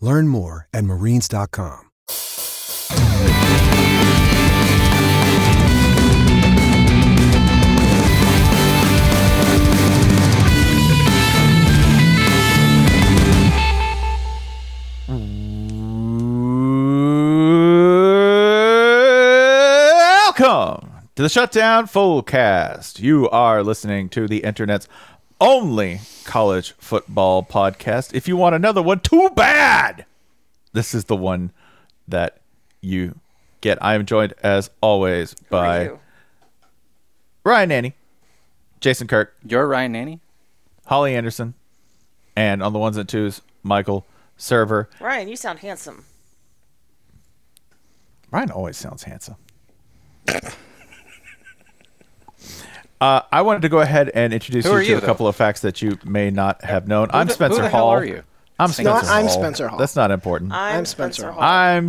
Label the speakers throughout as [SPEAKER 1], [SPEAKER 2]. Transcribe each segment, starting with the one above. [SPEAKER 1] Learn more at marines.com.
[SPEAKER 2] Welcome to the Shutdown Fullcast. You are listening to the internet's only college football podcast. If you want another one, too bad. This is the one that you get. I am joined, as always, by Ryan Nanny, Jason Kirk,
[SPEAKER 3] You're Ryan Nanny.
[SPEAKER 2] Holly Anderson, and on the ones and twos, Michael Server.
[SPEAKER 4] Ryan, you sound handsome.
[SPEAKER 2] Ryan always sounds handsome. uh, I wanted to go ahead and introduce
[SPEAKER 3] Who
[SPEAKER 2] you
[SPEAKER 3] are
[SPEAKER 2] to
[SPEAKER 3] you,
[SPEAKER 2] a
[SPEAKER 3] though?
[SPEAKER 2] couple of facts that you may not have known. I'm
[SPEAKER 3] the- who
[SPEAKER 2] Spencer
[SPEAKER 3] the hell
[SPEAKER 2] Hall.
[SPEAKER 3] are you?
[SPEAKER 2] I'm
[SPEAKER 3] Thank you.
[SPEAKER 2] Spencer
[SPEAKER 5] No, I'm
[SPEAKER 2] Hall.
[SPEAKER 5] Spencer Hall.
[SPEAKER 2] That's not important. I'm,
[SPEAKER 5] I'm Spencer Hall.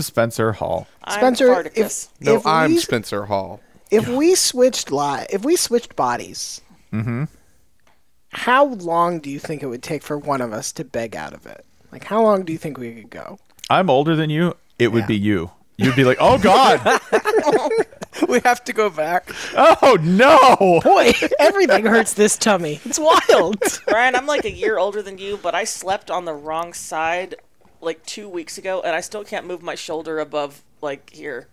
[SPEAKER 2] Spencer Hall.
[SPEAKER 5] Spencer,
[SPEAKER 4] I'm
[SPEAKER 5] if,
[SPEAKER 4] Spartacus.
[SPEAKER 6] No,
[SPEAKER 5] if
[SPEAKER 6] I'm
[SPEAKER 5] we,
[SPEAKER 6] Spencer Hall.
[SPEAKER 5] if we switched li- if we switched bodies, Mm-hmm. how long do you think it would take for one of us to beg out of it? Like, how long do you think we could go?
[SPEAKER 2] I'm older than you. It would be you. You'd be like, oh, God.
[SPEAKER 5] we have to go back.
[SPEAKER 2] oh, no.
[SPEAKER 5] Boy, everything hurts this tummy. It's wild.
[SPEAKER 4] Ryan, I'm like a year older than you, but I slept on the wrong side like two weeks ago, and I still can't move my shoulder above like here,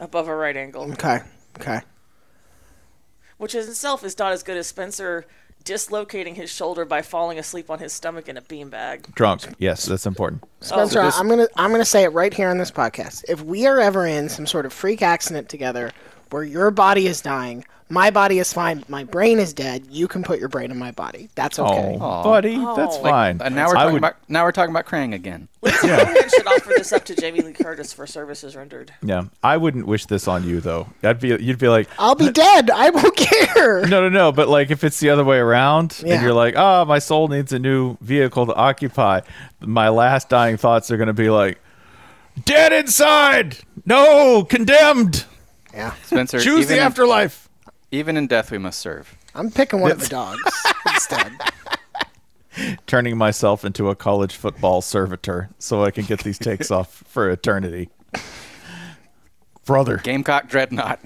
[SPEAKER 4] above a right angle,
[SPEAKER 5] okay, okay.
[SPEAKER 4] which in itself is not as good as Spencer dislocating his shoulder by falling asleep on his stomach in a beanbag.
[SPEAKER 2] Drunk. Yes, that's important.
[SPEAKER 5] Spencer, I'm gonna I'm gonna say it right here on this podcast. If we are ever in some sort of freak accident together where your body is dying, my body is fine, my brain is dead, you can put your brain in my body. That's okay.
[SPEAKER 2] Oh, buddy, that's fine.
[SPEAKER 3] And uh, now we're
[SPEAKER 2] I
[SPEAKER 3] talking
[SPEAKER 2] would-
[SPEAKER 3] about now we're talking about Krang again.
[SPEAKER 4] Superman should offer this up to Jamie Lee Curtis for services rendered.
[SPEAKER 2] Yeah, I wouldn't wish this on you though. I'd be, you'd be like,
[SPEAKER 5] I'll be dead. I won't care.
[SPEAKER 2] No, no, no. But like, if it's the other way around, and
[SPEAKER 5] Yeah.
[SPEAKER 2] you're like, "Oh, my soul needs a new vehicle to occupy," my last dying thoughts are going to be like, "Dead inside, no, condemned.
[SPEAKER 5] Yeah,
[SPEAKER 3] Spencer,
[SPEAKER 2] Choose
[SPEAKER 3] even
[SPEAKER 2] the afterlife."
[SPEAKER 3] In, even in death we must serve.
[SPEAKER 5] I'm picking one of the dogs instead.
[SPEAKER 2] Turning myself into a college football servitor so I can get these takes off for eternity. Brother,
[SPEAKER 3] Gamecock Dreadnought.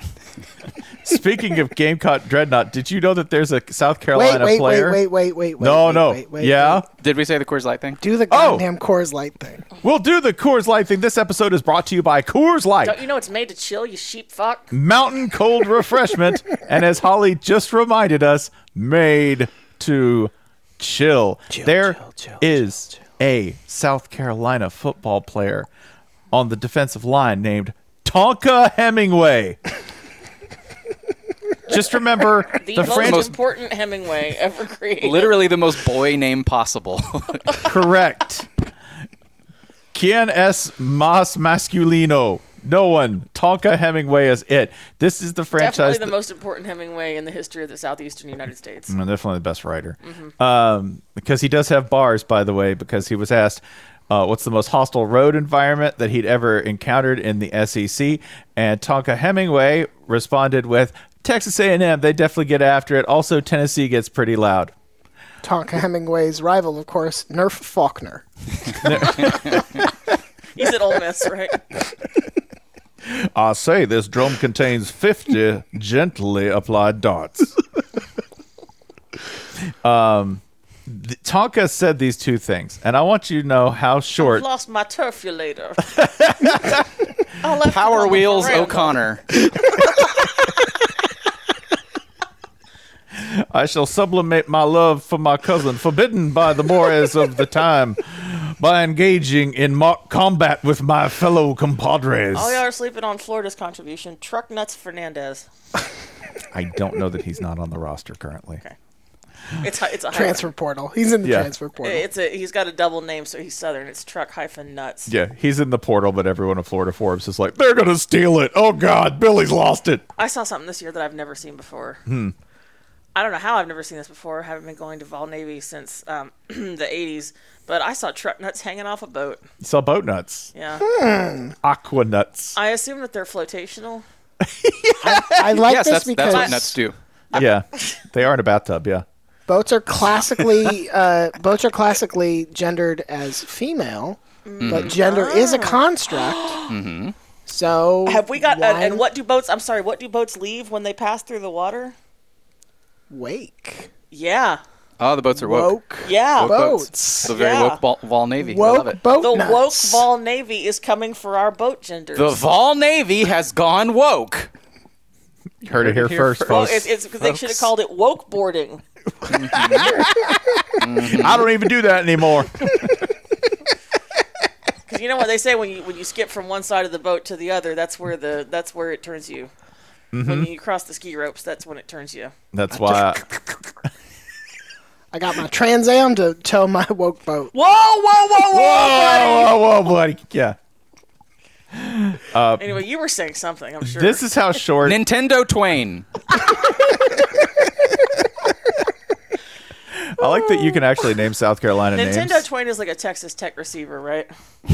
[SPEAKER 2] speaking of Gamecock Dreadnought, did you know that there's a South
[SPEAKER 5] Wait,
[SPEAKER 2] Carolina
[SPEAKER 5] wait, wait,
[SPEAKER 2] player?
[SPEAKER 5] wait, wait, wait, wait.
[SPEAKER 2] no,
[SPEAKER 5] wait,
[SPEAKER 2] no,
[SPEAKER 5] wait, wait,
[SPEAKER 2] yeah.
[SPEAKER 5] wait.
[SPEAKER 3] Did we say the Coors Light thing?
[SPEAKER 5] Do the
[SPEAKER 2] Oh.
[SPEAKER 5] goddamn Coors Light thing.
[SPEAKER 2] We'll do the Coors Light thing. This episode is brought to you by Coors Light.
[SPEAKER 4] Don't you know it's made to chill, you sheep fuck?
[SPEAKER 2] mountain cold refreshment, and as Holly just reminded us, made to chill. There is a South Carolina football player on the defensive line named Tonka Hemingway. just remember
[SPEAKER 4] The,
[SPEAKER 2] the,
[SPEAKER 4] most
[SPEAKER 2] franchise.
[SPEAKER 4] important Hemingway ever created.
[SPEAKER 3] Literally the most boy name possible.
[SPEAKER 2] Correct. Quien es más masculino? No one. Tonka Hemingway is it. This is the franchise.
[SPEAKER 4] Definitely the
[SPEAKER 2] that-
[SPEAKER 4] most important Hemingway in the history of the southeastern United States.
[SPEAKER 2] Mm, definitely the best writer. Um, because he does have bars, by the way, because he was asked, uh, what's the most hostile road environment that he'd ever encountered in the SEC, and Tonka Hemingway responded with Texas A&M. They definitely get after it. Also, Tennessee gets pretty loud.
[SPEAKER 5] Tonka Hemingway's rival, of course, Nerf Faulkner.
[SPEAKER 4] He's at Ole Miss, right?
[SPEAKER 2] I say this drum contains 50 gently applied darts. um, th- Tonka said these two things, and I want you to know how short.
[SPEAKER 4] Lost my turfulator. I left it on
[SPEAKER 3] Power
[SPEAKER 4] the
[SPEAKER 3] Wheels
[SPEAKER 4] veranda.
[SPEAKER 3] O'Connor.
[SPEAKER 2] I shall sublimate my love for my cousin, forbidden by the mores of the time, by engaging in mock combat with my fellow compadres.
[SPEAKER 4] All y'all are sleeping on Florida's contribution. Truck nuts Fernandez.
[SPEAKER 2] I don't know that he's not on the roster currently.
[SPEAKER 4] It's hi- it's a
[SPEAKER 5] Transfer portal. He's in the
[SPEAKER 2] Yeah.
[SPEAKER 5] transfer
[SPEAKER 4] Hyphen.
[SPEAKER 5] portal.
[SPEAKER 4] It's a he's got a double name, so he's Southern. It's truck hyphen nuts.
[SPEAKER 2] Yeah, he's in the portal, but everyone in Florida Forbes is like, they're going to steal it. Oh, God, Billy's lost it.
[SPEAKER 4] I saw something this year that I've never seen before. I don't know how I've never seen this before. I haven't been going to Val Navy since um, the '80s, but I saw truck nuts hanging off a boat.
[SPEAKER 2] Saw boat nuts.
[SPEAKER 4] Yeah,
[SPEAKER 2] Aqua nuts.
[SPEAKER 4] I assume that they're flotational.
[SPEAKER 5] I like
[SPEAKER 3] Yes,
[SPEAKER 5] this
[SPEAKER 3] that's,
[SPEAKER 5] because
[SPEAKER 3] that's what nuts do.
[SPEAKER 2] yeah, they are in a bathtub. Yeah,
[SPEAKER 5] boats are classically uh, boats are classically gendered as female,
[SPEAKER 3] Mm-hmm.
[SPEAKER 5] but gender is a construct. So
[SPEAKER 4] Ah. Mm-hmm. Have we got? And,
[SPEAKER 5] why
[SPEAKER 4] and what do boats? I'm sorry. What do boats leave when they pass through the water?
[SPEAKER 5] wake
[SPEAKER 4] Yeah,
[SPEAKER 3] Oh, the boats are woke.
[SPEAKER 5] woke
[SPEAKER 4] yeah.
[SPEAKER 3] Woke boats.
[SPEAKER 5] boats
[SPEAKER 3] The very
[SPEAKER 4] Yeah.
[SPEAKER 3] woke Vol, Vol Navy. I love
[SPEAKER 5] woke
[SPEAKER 3] it.
[SPEAKER 5] boat
[SPEAKER 4] The woke
[SPEAKER 5] nuts.
[SPEAKER 4] Val Navy is coming for our boat genders.
[SPEAKER 3] the Vol Navy has gone woke.
[SPEAKER 2] you heard it here, first,
[SPEAKER 4] Oh,
[SPEAKER 2] folks.
[SPEAKER 4] it's, it's 'cause they should have called it woke boarding.
[SPEAKER 2] I don't even do that anymore.
[SPEAKER 4] Because you know what they say when you when you skip from one side of the boat to the other, that's where the that's where it turns you.
[SPEAKER 2] Mm-hmm.
[SPEAKER 4] When you cross the ski ropes, that's when it turns you.
[SPEAKER 2] That's why.
[SPEAKER 5] I got my Trans Am to tow my woke boat.
[SPEAKER 4] Whoa, whoa, whoa, whoa!
[SPEAKER 2] whoa, whoa, whoa, buddy! Yeah,
[SPEAKER 4] Anyway, you were saying something. I'm sure.
[SPEAKER 2] this is how short.
[SPEAKER 3] Nintendo Twain.
[SPEAKER 2] I like that you can actually name South Carolina
[SPEAKER 4] Nintendo
[SPEAKER 2] names.
[SPEAKER 4] Twain is like a Texas Tech receiver, right?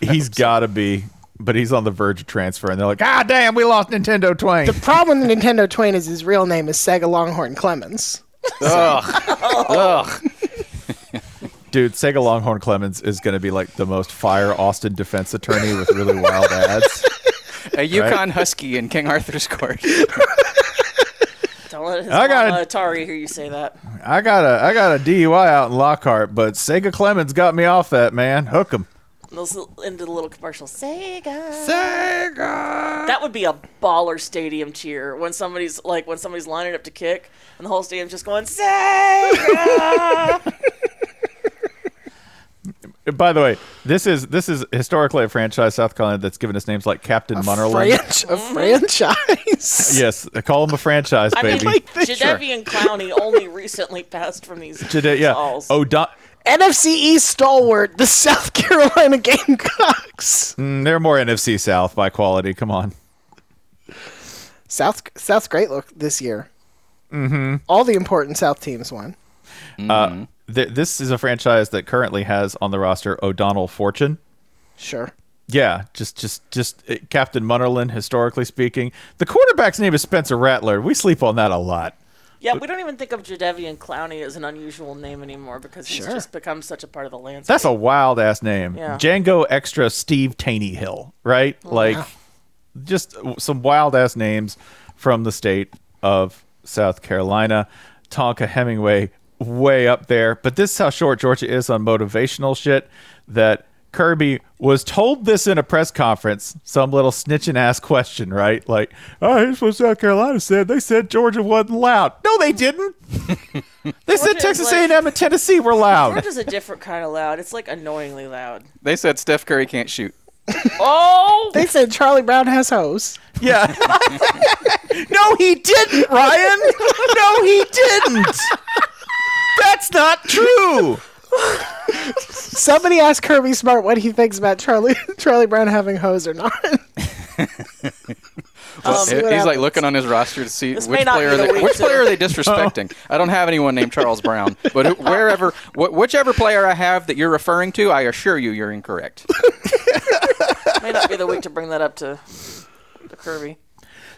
[SPEAKER 2] he's got to be, but he's on the verge of transfer, and they're like, "Ah, damn, we lost Nintendo Twain."
[SPEAKER 5] Problem with Nintendo Twain is his real name is Sega Longhorn Clemens.
[SPEAKER 2] Oh. Dude, Sega Longhorn Clemens is going to be like the most fire Austin defense attorney with really wild ads.
[SPEAKER 3] A Yukon Husky in King Arthur's Court.
[SPEAKER 4] Don't let his
[SPEAKER 2] I got
[SPEAKER 4] mama
[SPEAKER 2] it.
[SPEAKER 4] Atari hear you say that.
[SPEAKER 2] I got a I got a DUI out in Lockhart, but Sega Clemens got me off that man. Hook him.
[SPEAKER 4] Those little- into the little commercial. Sega.
[SPEAKER 2] Sega.
[SPEAKER 4] That would be a baller stadium cheer when somebody's like when somebody's lining up to kick and the whole stadium's just going Sega.
[SPEAKER 2] By the way, this is this is historically a franchise South Carolina that's given us names like Captain Munnerland.
[SPEAKER 5] Franch- a
[SPEAKER 4] Mm-hmm.
[SPEAKER 5] franchise.
[SPEAKER 2] Yes, they call them a franchise,
[SPEAKER 4] I mean,
[SPEAKER 2] baby.
[SPEAKER 4] like,
[SPEAKER 5] Sure.
[SPEAKER 4] Jadeveon Clowney only recently passed from these
[SPEAKER 2] Today, yeah. Oh.
[SPEAKER 4] halls.
[SPEAKER 2] O'Don-
[SPEAKER 5] NFC East stalwart, the South Carolina Gamecocks.
[SPEAKER 2] mm, they're more NFC South by quality. Come on.
[SPEAKER 5] South South's great look this year. Mm-hmm. All the important South teams won.
[SPEAKER 2] Th- this is a franchise that currently has on the roster O'Donnell Fortune.
[SPEAKER 5] Sure.
[SPEAKER 2] Yeah, just just just uh, Captain Munnerland. Historically speaking, the quarterback's name is Spencer Rattler. We sleep on that a lot.
[SPEAKER 4] yeah, we don't even think of Jadeveon Clowney as an unusual name anymore because he's
[SPEAKER 5] Sure.
[SPEAKER 4] just become such a part of the landscape.
[SPEAKER 2] That's a wild ass name.
[SPEAKER 4] Yeah. Mm-hmm.
[SPEAKER 2] Django Extra Steve Taney Hill, right? like just some wild ass names from the state of South Carolina. Tonka Hemingway way up there. But this is how short Georgia is on motivational shit that Kirby was told this in a press conference, some little snitching ass question, right? Like, oh, here's what South Carolina said. They said Georgia wasn't loud. No, they didn't. they
[SPEAKER 4] Georgia
[SPEAKER 2] said
[SPEAKER 4] is
[SPEAKER 2] Texas
[SPEAKER 4] like-
[SPEAKER 2] A&M and Tennessee were loud.
[SPEAKER 4] Georgia's a different kind of loud. It's like annoyingly loud.
[SPEAKER 3] They said Steph Curry can't shoot.
[SPEAKER 4] Oh,
[SPEAKER 5] They said Charlie Brown has hose.
[SPEAKER 2] Yeah. no, he didn't, Ryan. No, he didn't. That's not true.
[SPEAKER 5] Somebody asked Kirby Smart what he thinks about Charlie Charlie Brown having hose or not.
[SPEAKER 3] Well,
[SPEAKER 5] see what
[SPEAKER 3] he's like
[SPEAKER 5] happens.
[SPEAKER 3] looking on his roster to see
[SPEAKER 4] This may
[SPEAKER 3] which
[SPEAKER 4] not
[SPEAKER 3] player
[SPEAKER 4] be
[SPEAKER 3] are
[SPEAKER 4] the
[SPEAKER 3] they,
[SPEAKER 4] week
[SPEAKER 3] which
[SPEAKER 4] to-
[SPEAKER 3] player are they disrespecting. I don't have anyone named Charles Brown, but who, wherever wh- whichever player I have that you're referring to, I assure you, you're incorrect.
[SPEAKER 4] May not be the week to bring that up to, to Kirby.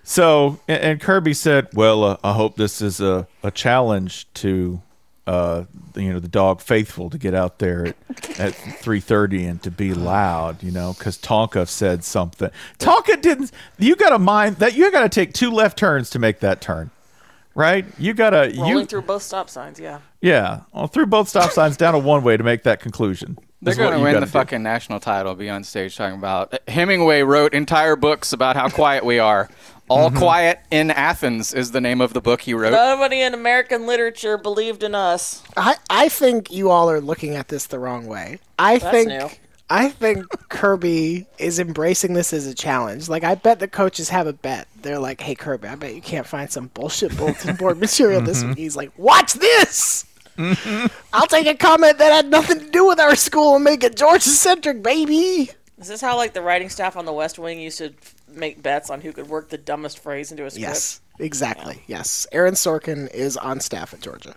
[SPEAKER 2] So, and, and Kirby said, "Well, uh, I hope this is a, a challenge to, uh, you know, the dog Faithful to get out there at, at three thirty and to be loud, you know, because Tonka said something. Tonka didn't. You got to mind that you got to take two left turns to make that turn, right? You got to
[SPEAKER 4] Rolling
[SPEAKER 2] you
[SPEAKER 4] through both stop signs, yeah.
[SPEAKER 2] yeah, well, through both stop signs down a one way to make that conclusion.
[SPEAKER 3] They're
[SPEAKER 2] is what
[SPEAKER 3] going to
[SPEAKER 2] you
[SPEAKER 3] win
[SPEAKER 2] gotta
[SPEAKER 3] the
[SPEAKER 2] do.
[SPEAKER 3] fucking national title. Be on stage talking about Hemingway wrote entire books about how quiet we are. All Quiet in Athens is the name of the book he wrote.
[SPEAKER 4] Nobody in American literature believed in us.
[SPEAKER 5] I, I think you all are looking at this the wrong way. I think
[SPEAKER 4] new.
[SPEAKER 5] I think Kirby is embracing this as a challenge. Like I bet the coaches have a bet. They're like, "Hey Kirby, I bet you can't find some bullshit bulletin board material this week." He's like, "Watch this." I'll take a comment that had nothing to do with our school and make it Georgia centric, baby.
[SPEAKER 4] Is this how like the writing staff on the West Wing used to f- make bets on who could work the dumbest phrase into a script?
[SPEAKER 5] Yes, exactly. Yes, Aaron Sorkin is on staff at Georgia.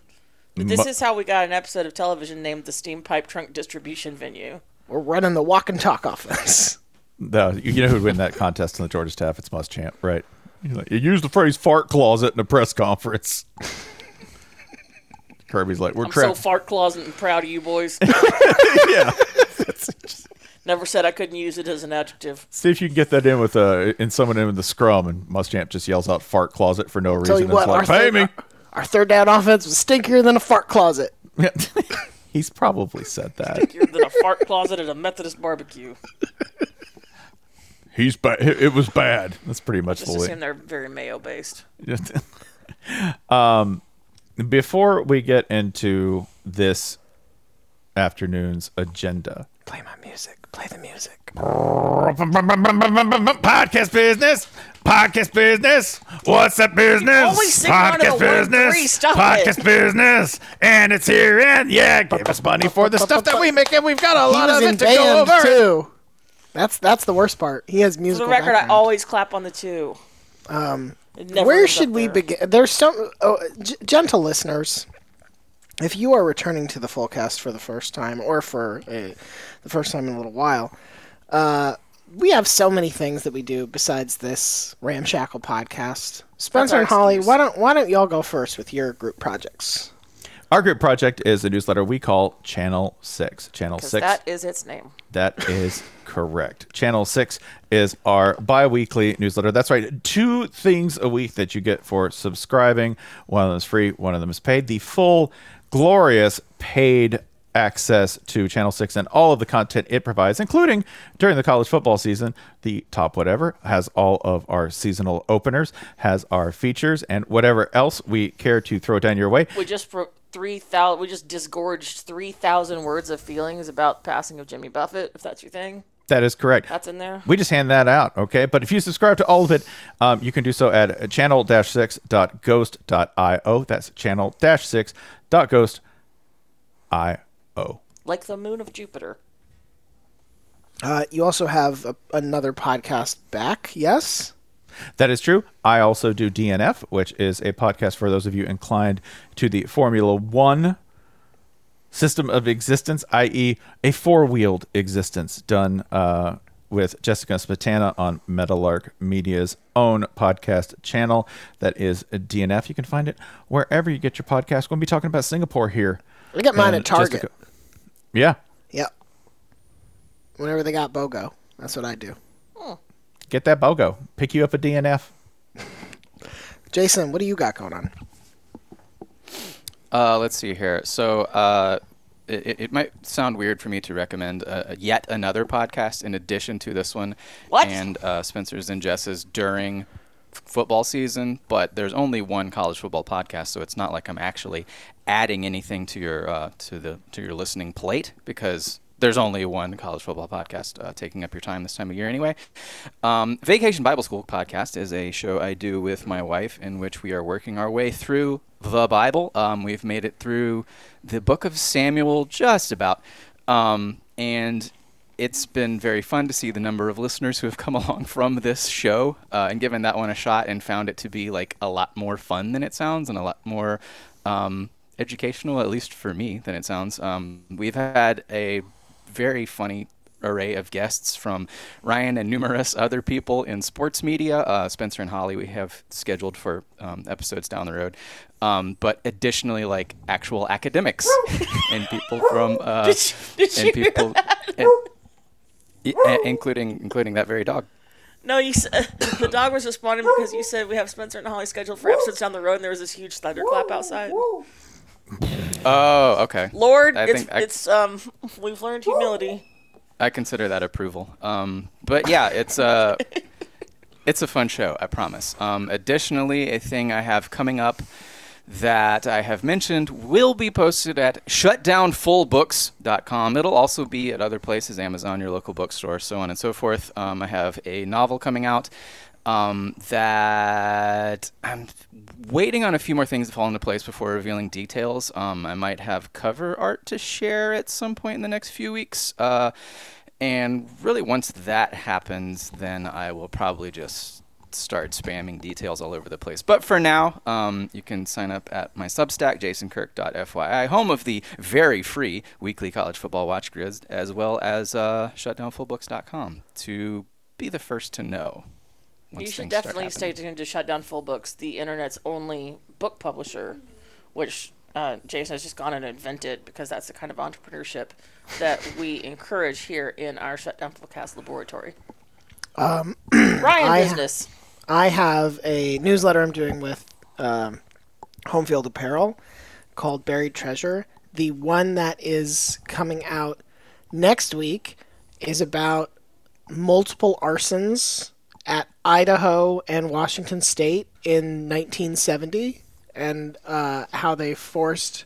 [SPEAKER 4] This is how we got an episode of television named the Steam Pipe Trunk Distribution Venue.
[SPEAKER 5] We're running the walk and talk offense.
[SPEAKER 2] No, you you know who'd win that contest on the Georgia staff? It's Must Champ, right? He's like, you use the phrase "fart closet" in a press conference. Kirby's like, "We're
[SPEAKER 4] I'm
[SPEAKER 2] trapped."
[SPEAKER 4] so fart closet and proud of you boys.
[SPEAKER 2] yeah.
[SPEAKER 4] Never said I couldn't use it as an adjective.
[SPEAKER 2] See if you can get that in with uh, in someone in the scrum, and Must Champ just yells out "fart closet" for no reason.
[SPEAKER 5] Tell you
[SPEAKER 2] It's
[SPEAKER 5] what,
[SPEAKER 2] like,
[SPEAKER 5] our,
[SPEAKER 2] pay
[SPEAKER 5] third,
[SPEAKER 2] me.
[SPEAKER 5] our third down offense was stinkier than a fart closet.
[SPEAKER 2] He's probably said that.
[SPEAKER 4] You're than a fart closet at a Methodist barbecue.
[SPEAKER 2] He's bad. It it was bad. That's pretty much
[SPEAKER 4] Just
[SPEAKER 2] the way.
[SPEAKER 4] assume they're very mayo based.
[SPEAKER 2] Just- um, before we get into this afternoon's agenda,
[SPEAKER 5] Play my music. Play the music.
[SPEAKER 2] podcast business, podcast business. What's up, business?
[SPEAKER 4] always sing
[SPEAKER 2] podcast
[SPEAKER 4] onto the one
[SPEAKER 2] business,
[SPEAKER 4] three, stop
[SPEAKER 2] podcast
[SPEAKER 4] it.
[SPEAKER 2] business, and it's here. And yeah, give us money for the stuff that we make, and we've got a
[SPEAKER 5] He
[SPEAKER 2] lot
[SPEAKER 5] was
[SPEAKER 2] of
[SPEAKER 5] in
[SPEAKER 2] it to go
[SPEAKER 5] band
[SPEAKER 2] over.
[SPEAKER 5] too. That's that's the worst part. He has
[SPEAKER 4] For
[SPEAKER 5] musical.
[SPEAKER 4] the record, I
[SPEAKER 5] background.
[SPEAKER 4] always clap on the two. Um,
[SPEAKER 5] Where should we begin? There's some oh, g- gentle listeners. If you are returning to the full cast for the first time, or for a, the first time in a little while, uh, we have so many things that we do besides this ramshackle podcast. Spencer and Holly, why don't why don't y'all go first with your group projects?
[SPEAKER 2] Our group project is a newsletter we call Channel Six. Channel
[SPEAKER 4] Because
[SPEAKER 2] Six.
[SPEAKER 4] that is its name.
[SPEAKER 2] That is correct. Channel 6 is our bi weekly newsletter. That's right. Two things a week that you get for subscribing. One of them is free, one of them is paid. The full, glorious paid access to Channel 6 and all of the content it provides, including during the college football season, the top whatever has all of our seasonal openers, has our features, and whatever else we care to throw down your way.
[SPEAKER 4] We just pro- three thousand. We just disgorged three thousand words of feelings about passing of Jimmy Buffett. If that's your thing,
[SPEAKER 2] That is correct.
[SPEAKER 4] that's in there.
[SPEAKER 2] We just hand that out, okay? But if you subscribe to all of it, um, you can do so at channel-6.ghost.io. That's channel-6.ghost.io.
[SPEAKER 4] Like the moon of Jupiter.
[SPEAKER 5] Uh, you also have a, another podcast back, yes?
[SPEAKER 2] That is true. I also do DNF, which is a podcast for those of you inclined to the Formula One system of existence, i.e., a four-wheeled existence, done uh, with Jessica Spatana on Metalark Media's own podcast channel. That is DNF. You can find it wherever you get your podcast. We're going to be talking about Singapore here.
[SPEAKER 5] I get mine
[SPEAKER 2] And
[SPEAKER 5] at Target.
[SPEAKER 2] Jessica- Yeah,
[SPEAKER 5] Yep. Whenever they got BOGO, that's what I do.
[SPEAKER 2] get that BOGO. Pick you up a DNF.
[SPEAKER 5] Jason, what do you got going on?
[SPEAKER 3] Uh, let's see here. So uh, it, it- it might sound weird for me to recommend uh, yet another podcast in addition to this one
[SPEAKER 4] What?
[SPEAKER 3] and uh, Spencer's and Jess's during f- football season, but there's only one college football podcast, so it's not like I'm actually adding anything to your uh, to the to your listening plate because. There's only one college football podcast uh, taking up your time this time of year, anyway. Um, Vacation Bible School podcast is a show I do with my wife in which we are working our way through the Bible. Um, we've made it through the book of Samuel just about. Um, and it's been very fun to see the number of listeners who have come along from this show uh, and given that one a shot and found it to be like a lot more fun than it sounds and a lot more um, educational, at least for me, than it sounds. Um, we've had a very funny array of guests from Ryan and numerous other people in sports media. Uh, Spencer and Holly, we have scheduled for um, episodes down the road. Um, but additionally, like actual academics and people from uh,
[SPEAKER 4] Did you- did
[SPEAKER 3] and
[SPEAKER 4] you hear
[SPEAKER 3] people, and- i- eh, including including that very dog.
[SPEAKER 4] No, you. s- the dog was responding because you said we have Spencer and Holly scheduled for episodes down the road, and there was this huge thunderclap outside.
[SPEAKER 3] Oh, okay.
[SPEAKER 4] Lord,
[SPEAKER 3] I
[SPEAKER 4] it's
[SPEAKER 3] think I-
[SPEAKER 4] it's um, we've learned humility.
[SPEAKER 3] I consider that approval. Um, but yeah, it's uh, a it's a fun show. I promise. Um, additionally, a thing I have coming up that I have mentioned will be posted at shutdownfullbooks.com. It'll also be at other places, Amazon, your local bookstore, so on and so forth. Um, I have a novel coming out um, that I'm waiting on a few more things to fall into place before revealing details. Um, I might have cover art to share at some point in the next few weeks. Uh, and really, once that happens, then I will probably just start spamming details all over the place. But for now, um, you can sign up at my Substack, jasonkirk.fyi, home of the very free weekly college football watch grids, as well as uh, shutdownfullbooks.com to be the first to know. once
[SPEAKER 4] you should
[SPEAKER 3] things start
[SPEAKER 4] definitely
[SPEAKER 3] happening.
[SPEAKER 4] stay tuned to shut down full books the internet's only book publisher which uh, jason has just gone and invented because that's the kind of entrepreneurship that we encourage here in our shutdown fullcast laboratory um, ryan
[SPEAKER 5] I-
[SPEAKER 4] business
[SPEAKER 5] I have a newsletter I'm doing with um, Homefield Apparel called Buried Treasure. The one that is coming out next week is about multiple arsons at Idaho and Washington State in 1970 and uh, how they forced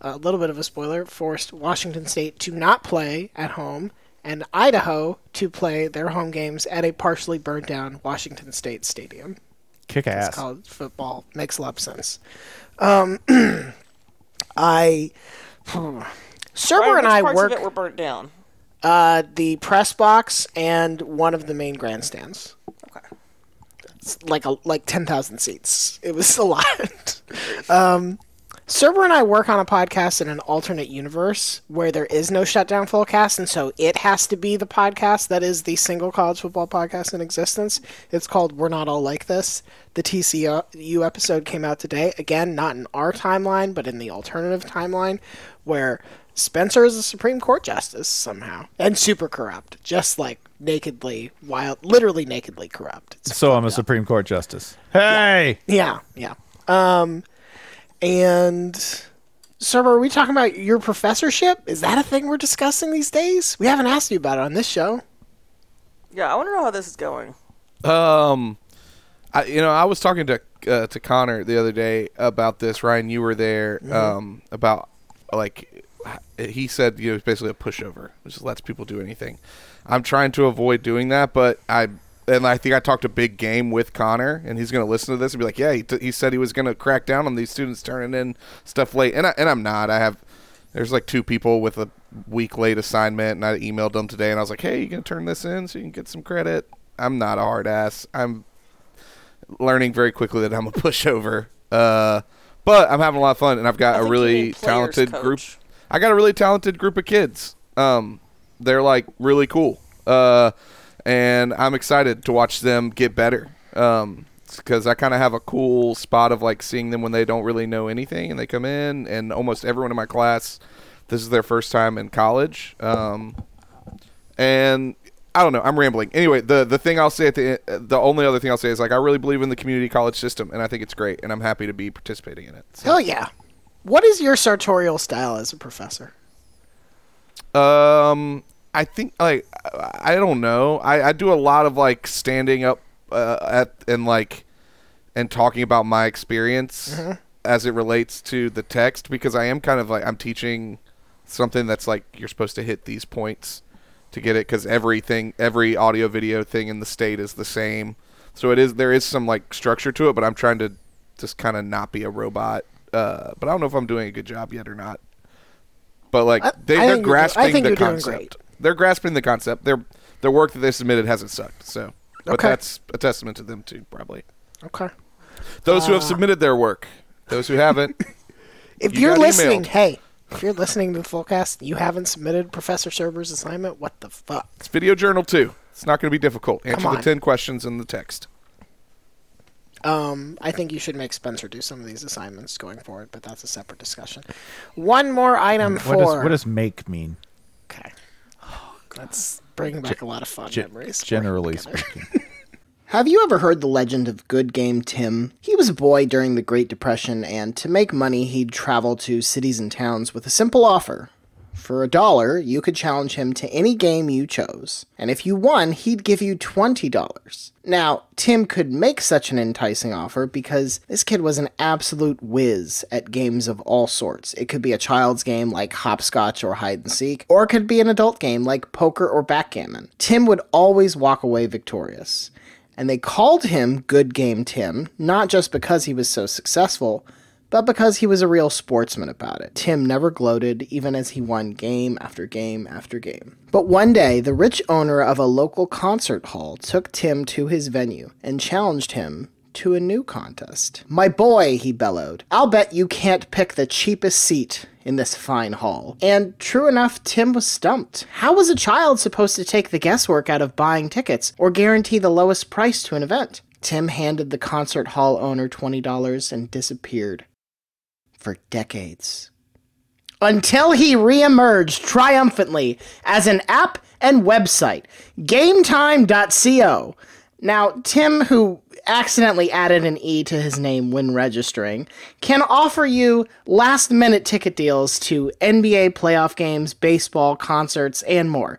[SPEAKER 5] a little bit of a spoiler forced Washington State to not play at home and Idaho to play their home games at a partially burned down Washington State stadium.
[SPEAKER 2] Kick ass.
[SPEAKER 5] College football makes a lot of sense. Um, I Serber and
[SPEAKER 4] ryan, which
[SPEAKER 5] I
[SPEAKER 4] parts
[SPEAKER 5] work
[SPEAKER 4] of it were burnt down
[SPEAKER 5] uh, the press box and one of the main grandstands.
[SPEAKER 4] okay
[SPEAKER 5] It's like a like ten thousand seats. It was a lot. um, Cerber and I work on a podcast in an alternate universe where there is no shutdown full cast, and so it has to be the podcast that is the single college football podcast in existence. It's called "We're Not All Like This." The TCU episode came out today. Again, not in our timeline, but in the alternative timeline where Spencer is a Supreme Court justice somehow and super corrupt, just like nakedly wild, literally nakedly corrupt. It's
[SPEAKER 2] So I'm a Supreme Court justice. Hey,
[SPEAKER 5] yeah, yeah. Um, and Server, are we talking about your professorship? Is that a thing we're discussing these days? We haven't asked you about it on this show.
[SPEAKER 4] yeah i want to know how this is going
[SPEAKER 6] Um, I you know I was talking to uh, to Connor the other day about this. Ryan, you were there. Um, about like h- he said, you know, it's basically a pushover, which just lets people do anything. I'm trying to avoid doing that, but I and I think I talked a big game with Connor, and he's going to listen to this and be like, yeah, he, t- he said he was going to crack down on these students turning in stuff late, and I, and I'm not. I have. There's like two people with a week late assignment, and I emailed them today, and I was like, "Hey, you gonna turn this in so you can get some credit?" I'm not a hard ass. I'm learning very quickly that I'm a pushover. Uh, but I'm having a lot of fun, and I've
[SPEAKER 4] I
[SPEAKER 6] got a
[SPEAKER 4] think you mean
[SPEAKER 6] really
[SPEAKER 4] players
[SPEAKER 6] talented group.
[SPEAKER 4] coach.
[SPEAKER 6] I got a really talented group of kids. Um, they're like really cool. Uh, and I'm excited to watch them get better. Um, because I kind of have a cool spot of like seeing them when they don't really know anything, and they come in, and almost everyone in my class, this is their first time in college. Um, and I don't know. I'm rambling. Anyway, the the thing I'll say at the the only other thing I'll say is like I really believe in the community college system, and I think it's great, and I'm happy to be participating in it. So,
[SPEAKER 5] Hell yeah. What is your sartorial style as a professor?
[SPEAKER 6] um, I think like I I don't know. I I do a lot of like standing up uh, at and like and talking about my experience
[SPEAKER 5] Mm-hmm.
[SPEAKER 6] as it relates to the text because I am kind of like I'm teaching something that's like you're supposed to hit these points to get it because everything every audio video thing in the state is the same so it is there is some like structure to it but I'm trying to just kind of not be a robot uh, but I don't know if I'm doing a good job yet or not but like
[SPEAKER 5] I-
[SPEAKER 6] they,
[SPEAKER 5] I
[SPEAKER 6] they're
[SPEAKER 5] think you're do- I
[SPEAKER 6] grasping
[SPEAKER 5] think
[SPEAKER 6] the
[SPEAKER 5] you're doing
[SPEAKER 6] concept
[SPEAKER 5] great.
[SPEAKER 6] they're grasping the concept. Their their work that they submitted hasn't sucked. So, but
[SPEAKER 5] Okay.
[SPEAKER 6] that's a testament to them too, probably.
[SPEAKER 5] Okay.
[SPEAKER 6] Those
[SPEAKER 5] Uh.
[SPEAKER 6] who have submitted their work, those who haven't,
[SPEAKER 5] If
[SPEAKER 6] You
[SPEAKER 5] you are
[SPEAKER 6] got
[SPEAKER 5] listening,
[SPEAKER 6] emailed.
[SPEAKER 5] hey, if you're listening to the full cast, you haven't submitted Professor Server's assignment. What the fuck?
[SPEAKER 6] it's video journal too. It's not going to be difficult. Answer
[SPEAKER 5] Come
[SPEAKER 6] the
[SPEAKER 5] on.
[SPEAKER 6] ten questions in the text.
[SPEAKER 5] Um, I think you should make Spencer do some of these assignments going forward, but that's a separate discussion. One more item
[SPEAKER 2] What
[SPEAKER 5] for.
[SPEAKER 2] does, what does make mean?
[SPEAKER 5] okay. Oh, That's bringing back a lot of fun
[SPEAKER 2] Ge-
[SPEAKER 5] memories.
[SPEAKER 2] generally speaking.
[SPEAKER 7] Have you ever heard the legend of Good Game Tim? He was a boy during the Great Depression, and to make money, he'd travel to cities and towns with a simple offer. For a dollar, you could challenge him to any game you chose, and if you won, he'd give you $20. Now, Tim could make such an enticing offer because this kid was an absolute whiz at games of all sorts. It could be a child's game like hopscotch or hide and seek, or it could be an adult game like poker or backgammon. Tim would always walk away victorious. And they called him Good Game Tim, not just because he was so successful, but because he was a real sportsman about it. Tim never gloated, even as he won game after game after game. But one day, the rich owner of a local concert hall took Tim to his venue and challenged him to a new contest. My boy, he bellowed, I'll bet you can't pick the cheapest seat in this fine hall. And true enough, Tim was stumped. How was a child supposed to take the guesswork out of buying tickets or guarantee the lowest price to an event? Tim handed the concert hall owner $20 and disappeared for decades. Until he reemerged triumphantly as an app and website, gametime.co. Now, Tim, who accidentally added an E to his name when registering, can offer you last minute ticket deals to NBA playoff games, baseball, concerts, and more.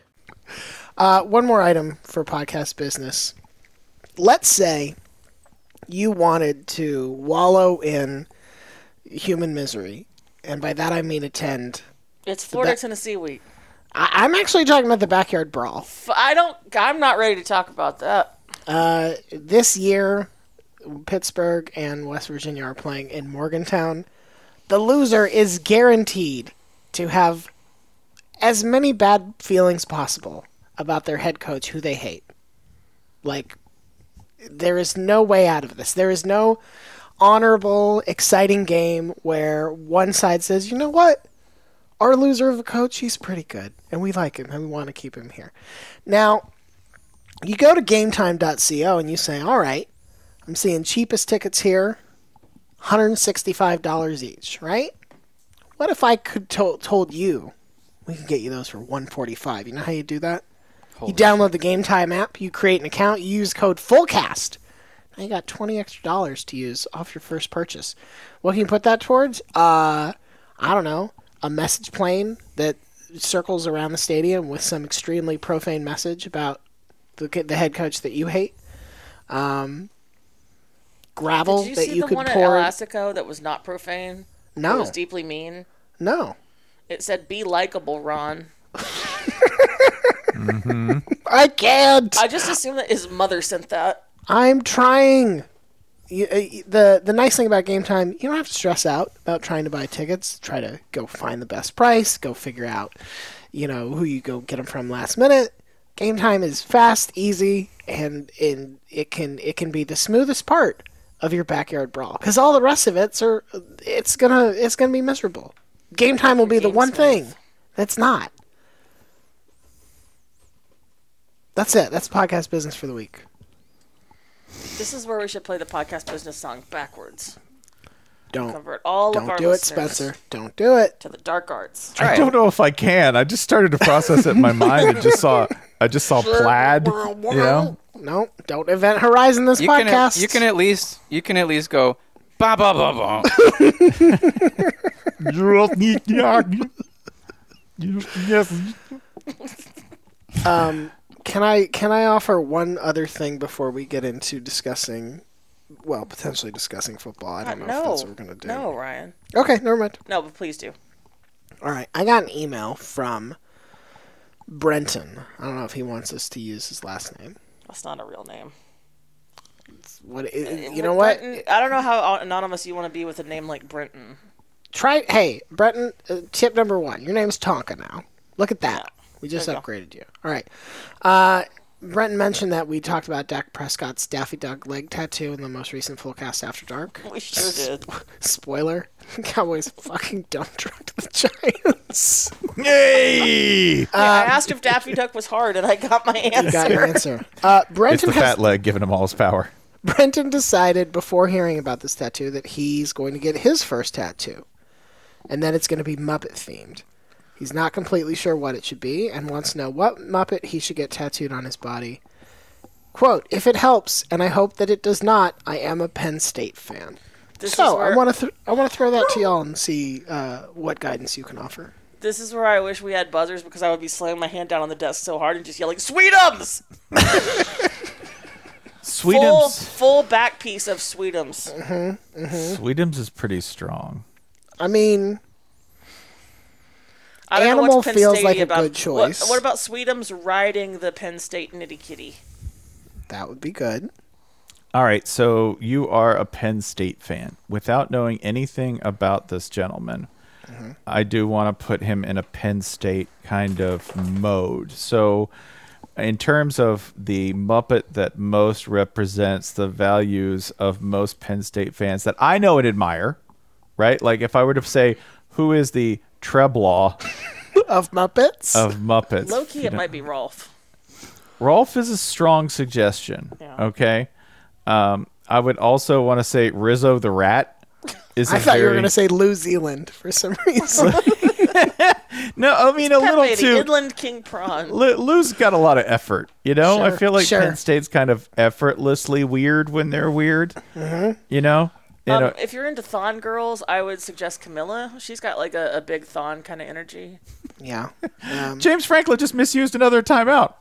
[SPEAKER 5] Uh, one more item for podcast business. Let's say you wanted to wallow in human misery, and by that I mean attend.
[SPEAKER 4] It's Florida
[SPEAKER 5] ba-
[SPEAKER 4] Tennessee week.
[SPEAKER 5] I- I'm actually talking about the backyard brawl.
[SPEAKER 4] F- I don't. I'm not ready to talk about that.
[SPEAKER 5] Uh, this year, Pittsburgh and West Virginia are playing in Morgantown. The loser is guaranteed to have as many bad feelings possible about their head coach who they hate. Like, there is no way out of this. There is no honorable, exciting game where one side says, you know what? Our loser of a coach, he's pretty good, and we like him, and we want to keep him here. Now, you go to gametime.co and you say, all right, I'm seeing cheapest tickets here, $165 each, right? What if I could to- told you we could get you those for 145? You know how you do that? you download the Game Time app, you create an account, you use code FULLCAST. Now you got 20 extra dollars to use off your first purchase. What can you put that towards? Uh, I don't know, a message plane that circles around the stadium with some extremely profane message about the, the head coach that you hate. Um, gravel
[SPEAKER 4] Did you
[SPEAKER 5] that
[SPEAKER 4] see
[SPEAKER 5] you
[SPEAKER 4] the
[SPEAKER 5] could
[SPEAKER 4] one
[SPEAKER 5] pour. Oh.
[SPEAKER 4] at Elastico that was not profane? It
[SPEAKER 5] no,
[SPEAKER 4] was deeply mean.
[SPEAKER 5] no.
[SPEAKER 4] It said, "Be likable, Ron."
[SPEAKER 5] I can't.
[SPEAKER 4] I just assumed that his mother sent that.
[SPEAKER 5] I'm trying. You, uh, y- the the nice thing about game time, you don't have to stress out about trying to buy tickets. Try to go find the best price. Go figure out, you know, who you go get them from last minute. Game time is fast, easy, and and it can it can be the smoothest part of your backyard brawl because all the rest of it's are it's gonna it's gonna be miserable. Game time will be the one thing that's not. That's it. That's podcast business for the week.
[SPEAKER 4] This is where we should play the podcast business song backwards.
[SPEAKER 5] Don't
[SPEAKER 4] Convert all of
[SPEAKER 5] Don't
[SPEAKER 4] our
[SPEAKER 5] do it,
[SPEAKER 4] listeners
[SPEAKER 5] Spencer. Don't do it.
[SPEAKER 4] to the dark arts.
[SPEAKER 2] I don't know if I can. I just started to process it in my mind and just saw I just saw plaid. You know?
[SPEAKER 5] No, don't event horizon this
[SPEAKER 3] You can, at,
[SPEAKER 5] podcast.
[SPEAKER 3] you can at least you can at least go ba ba ba ba.
[SPEAKER 2] Yes.
[SPEAKER 5] Can I can I offer one other thing before we get into discussing, well, potentially discussing football? I
[SPEAKER 4] Uh,
[SPEAKER 5] don't know
[SPEAKER 4] no,
[SPEAKER 5] if that's what we're gonna do.
[SPEAKER 4] no, Ryan.
[SPEAKER 5] Okay, never mind.
[SPEAKER 4] No, but please do.
[SPEAKER 5] All right, I got an email from Brenton. I don't know if he wants us to use his last name.
[SPEAKER 4] That's not a real name.
[SPEAKER 5] What
[SPEAKER 4] Uh,
[SPEAKER 5] i- you
[SPEAKER 4] With
[SPEAKER 5] know? What
[SPEAKER 4] Brenton- I don't know how anonymous you want to be with a name like Brenton.
[SPEAKER 5] try hey breton uh, tip number one your name's tonka now look at that we just
[SPEAKER 4] There you
[SPEAKER 5] upgraded you all right uh breton mentioned that we talked about dak prescott's daffy duck leg tattoo in the most recent full cast after dark
[SPEAKER 4] We sure did.
[SPEAKER 5] spoiler cowboys fucking dump trucked the giants
[SPEAKER 2] Yay!
[SPEAKER 4] I asked if Daffy Duck was hard, and I got my answer.
[SPEAKER 5] Um, you got your answer uh
[SPEAKER 2] it's
[SPEAKER 5] breton
[SPEAKER 2] the
[SPEAKER 5] has
[SPEAKER 2] fat leg giving him all his power.
[SPEAKER 5] Brenton decided before hearing about this tattoo that he's going to get his first tattoo. And then it's going to be Muppet themed. He's not completely sure what it should be and wants to know what Muppet he should get tattooed on his body. Quote, if it helps, and I hope that it does not, I am a Penn State fan.
[SPEAKER 4] This
[SPEAKER 5] so
[SPEAKER 4] is where-
[SPEAKER 5] I want to th- I want to throw that to y'all and see uh, what guidance you can offer.
[SPEAKER 4] This is where I wish we had buzzers because I would be slamming my hand down on the desk so hard and just yelling "Sweetums!" Full
[SPEAKER 2] Sweetums,
[SPEAKER 4] full back piece of Sweetums.
[SPEAKER 2] Sweetums is pretty strong.
[SPEAKER 5] I mean,
[SPEAKER 4] I don't know
[SPEAKER 5] Animal
[SPEAKER 4] what's Penn
[SPEAKER 5] feels
[SPEAKER 4] State
[SPEAKER 5] like a
[SPEAKER 4] about.
[SPEAKER 5] good choice.
[SPEAKER 4] What, what about Sweetums riding the Penn State Nitty Kitty?
[SPEAKER 5] that would be good.
[SPEAKER 2] All right, so you are a Penn State fan. Without knowing anything about this gentleman,
[SPEAKER 4] Mm-hmm.
[SPEAKER 2] I do want to put him in a Penn State kind of mode. So, in terms of the Muppet that most represents the values of most Penn State fans that I know and admire, right? Like, if I were to say, who is the Treblaw
[SPEAKER 5] Of Muppets?
[SPEAKER 2] of Muppets?
[SPEAKER 4] Low key, it might be Rolf.
[SPEAKER 2] Rolf is a strong suggestion. Okay. Um, I would also want to say Rizzo the Rat is.
[SPEAKER 5] I
[SPEAKER 2] a
[SPEAKER 5] thought you were
[SPEAKER 2] very-
[SPEAKER 5] going to say Lou Zealand for some reason.
[SPEAKER 2] No, I mean a
[SPEAKER 4] Pet
[SPEAKER 2] little
[SPEAKER 4] lady,
[SPEAKER 2] too.
[SPEAKER 4] Inland King Prawn.
[SPEAKER 2] Lu- Lou's got a lot of effort, you know. I
[SPEAKER 5] Sure,
[SPEAKER 2] feel like
[SPEAKER 5] sure.
[SPEAKER 2] Penn State's kind of effortlessly weird when they're weird,
[SPEAKER 5] Mm-hmm.
[SPEAKER 2] you know. You
[SPEAKER 4] Um,
[SPEAKER 2] know,
[SPEAKER 4] if you're into thon girls, I would suggest Camilla. She's got like a, a big thon kind of energy.
[SPEAKER 5] yeah.
[SPEAKER 2] James Franklin just misused another timeout.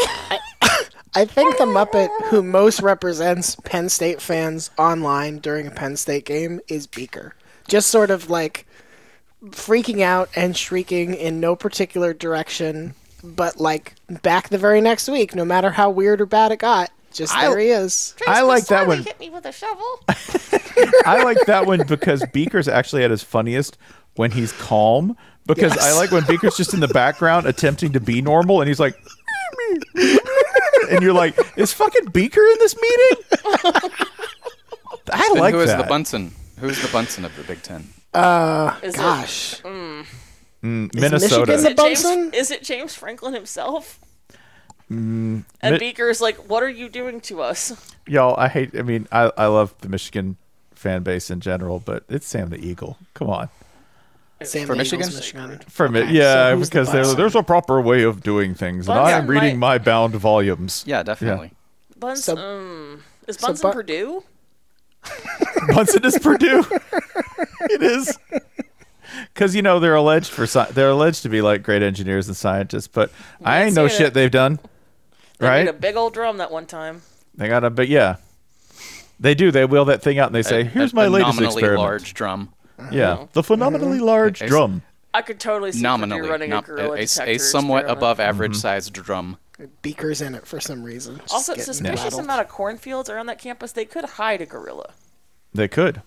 [SPEAKER 5] I think the Muppet who most represents Penn State fans online during a Penn State game is Beaker. Just sort of like freaking out and shrieking in no particular direction, but like back the very next week, no matter how weird or bad it got, just there he is.
[SPEAKER 2] I like that one.
[SPEAKER 4] Hit me with a shovel.
[SPEAKER 2] I like that one because Beaker's actually at his funniest when he's calm. Because I like when Beaker's just in the background attempting to be normal, and he's like, and you're like, is fucking Beaker in this meeting? I
[SPEAKER 3] Then
[SPEAKER 2] like
[SPEAKER 3] who is
[SPEAKER 2] that.
[SPEAKER 3] the Bunsen? Who's the Bunsen of the Big Ten?
[SPEAKER 4] Is it,
[SPEAKER 5] Gosh.
[SPEAKER 2] Minnesota.
[SPEAKER 5] Michigan
[SPEAKER 4] is
[SPEAKER 5] the
[SPEAKER 4] it James?
[SPEAKER 5] Bunsen?
[SPEAKER 4] Is it James Franklin himself? and
[SPEAKER 2] Mm, Mi-
[SPEAKER 4] Beaker is like, "What are you doing to us?"
[SPEAKER 2] Y'all, I hate. I mean, I I love the Michigan fan base in general, but it's Sam the Eagle. Come on.
[SPEAKER 5] Sam
[SPEAKER 3] For
[SPEAKER 5] the Eagles,
[SPEAKER 3] Michigan?
[SPEAKER 5] Michigan.
[SPEAKER 2] For me, yeah,
[SPEAKER 5] so who's the
[SPEAKER 2] because there-
[SPEAKER 5] Bunsen?
[SPEAKER 2] there's a proper way of doing things, and I
[SPEAKER 4] Bunsen
[SPEAKER 2] am reading my bound volumes.
[SPEAKER 3] Yeah, definitely.
[SPEAKER 4] Bunsen.
[SPEAKER 5] So-
[SPEAKER 4] um, is Bunsen
[SPEAKER 5] Bu-
[SPEAKER 4] Purdue?
[SPEAKER 2] Bunsen is Purdue. it is. Because you know they're alleged for sci- they're alleged to be like great engineers and scientists, but I ain't no
[SPEAKER 4] see
[SPEAKER 2] shit
[SPEAKER 4] it.
[SPEAKER 2] they've done,
[SPEAKER 4] They
[SPEAKER 2] right?
[SPEAKER 4] made a big old drum that one time.
[SPEAKER 2] they got a but yeah, they do. They wheel that thing out and they say, "Here's
[SPEAKER 3] A-
[SPEAKER 2] my
[SPEAKER 3] a
[SPEAKER 2] latest
[SPEAKER 3] nominally
[SPEAKER 2] experiment."
[SPEAKER 3] large drum.
[SPEAKER 2] yeah, the phenomenally large
[SPEAKER 3] It's-
[SPEAKER 2] drum.
[SPEAKER 4] I could totally see
[SPEAKER 3] Nominally,
[SPEAKER 4] Purdue running
[SPEAKER 3] nom-
[SPEAKER 4] a gorilla
[SPEAKER 3] a, a
[SPEAKER 4] detector
[SPEAKER 3] somewhat
[SPEAKER 4] experiment.
[SPEAKER 3] above average sized drum.
[SPEAKER 5] Beaker's in it for some reason. Just
[SPEAKER 4] Also,
[SPEAKER 5] getting
[SPEAKER 4] suspicious
[SPEAKER 5] rattled.
[SPEAKER 4] amount of cornfields around that campus. They could hide a gorilla.
[SPEAKER 2] They could.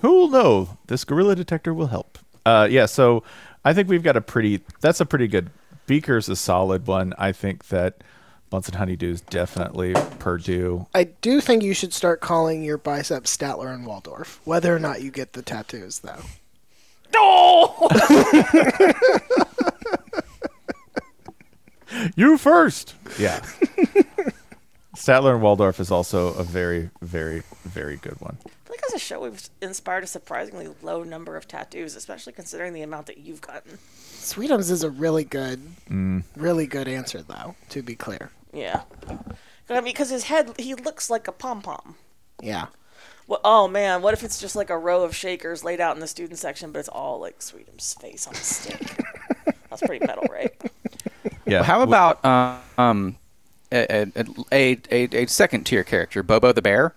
[SPEAKER 2] Who'll know? This gorilla detector will help. Uh, yeah, so I think we've got a pretty. That's a pretty good. Beaker's a solid one. I think that Bunsen Honeydew's definitely Purdue.
[SPEAKER 5] I do think you should start calling your biceps Statler and Waldorf, whether or not you get the tattoos, though.
[SPEAKER 2] You first. Yeah. Statler and Waldorf is also a very, very, very good one.
[SPEAKER 4] I think as a show, we've inspired a surprisingly low number of tattoos, especially considering the amount that you've gotten.
[SPEAKER 5] Sweetums is a really good,
[SPEAKER 2] Mm.
[SPEAKER 5] really good answer, though. To be clear,
[SPEAKER 4] Yeah. I mean, because his head, he looks like a pom pom.
[SPEAKER 5] yeah.
[SPEAKER 4] Well, oh man, what if it's just like a row of shakers laid out in the student section, but it's all like Sweetum's face on a stick? That's pretty metal, right?
[SPEAKER 2] Yeah.
[SPEAKER 3] How about uh, um, a, a, a, a, a second tier character, Bobo the Bear,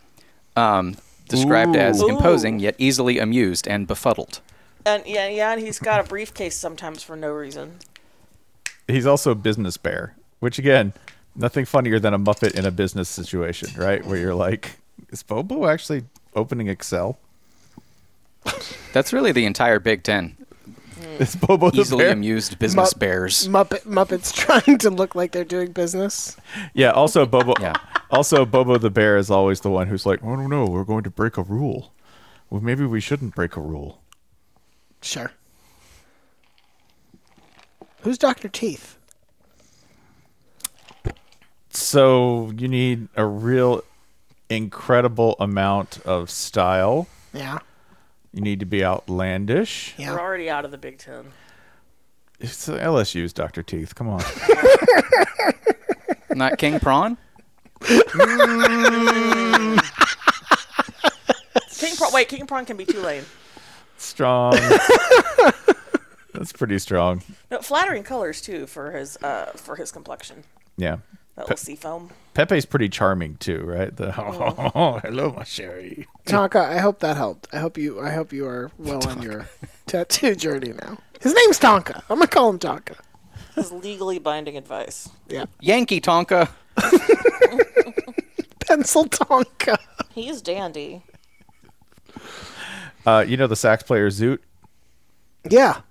[SPEAKER 3] um, described as imposing yet easily amused and befuddled.
[SPEAKER 4] And yeah, yeah, and he's got a briefcase sometimes for no reason.
[SPEAKER 2] he's also a business bear, which again, nothing funnier than a Muppet in a business situation, right? Where you're like, is Bobo actually opening Excel?
[SPEAKER 3] That's really the entire Big Ten.
[SPEAKER 2] Is Bobo the
[SPEAKER 3] Mm. Easily
[SPEAKER 2] bear?
[SPEAKER 3] amused business
[SPEAKER 5] Mu-
[SPEAKER 3] bears.
[SPEAKER 5] Muppet Muppets trying to look like they're doing business.
[SPEAKER 2] Yeah. Also, Bobo.
[SPEAKER 3] Yeah.
[SPEAKER 2] Also, Bobo the bear is always the one who's like, oh no, we're going to break a rule. Well, maybe we shouldn't break a rule.
[SPEAKER 5] Sure. Who's Doctor Teeth?
[SPEAKER 2] So you need a real incredible amount of style.
[SPEAKER 5] Yeah.
[SPEAKER 2] You need to be outlandish.
[SPEAKER 5] Yeah.
[SPEAKER 4] We're already out of the Big Ten.
[SPEAKER 2] It's LSU's Dr. Teeth. Come on.
[SPEAKER 3] Not King Prawn?
[SPEAKER 4] King Prawn. Wait, King Prawn can be two lane.
[SPEAKER 2] strong. That's pretty strong.
[SPEAKER 4] No, flattering colors too for his uh for his complexion.
[SPEAKER 2] Yeah.
[SPEAKER 4] That little sea foam.
[SPEAKER 2] Pepe's pretty charming too, right? The oh, hello, my sherry.
[SPEAKER 5] Tonka, I hope that helped. I hope you I hope you are well on your tattoo journey now. His name's Tonka. I'm gonna call him Tonka.
[SPEAKER 4] His legally binding advice.
[SPEAKER 5] Yeah.
[SPEAKER 3] Yankee Tonka.
[SPEAKER 5] Pencil Tonka.
[SPEAKER 4] He is dandy.
[SPEAKER 2] Uh, you know the sax player Zoot?
[SPEAKER 5] Yeah.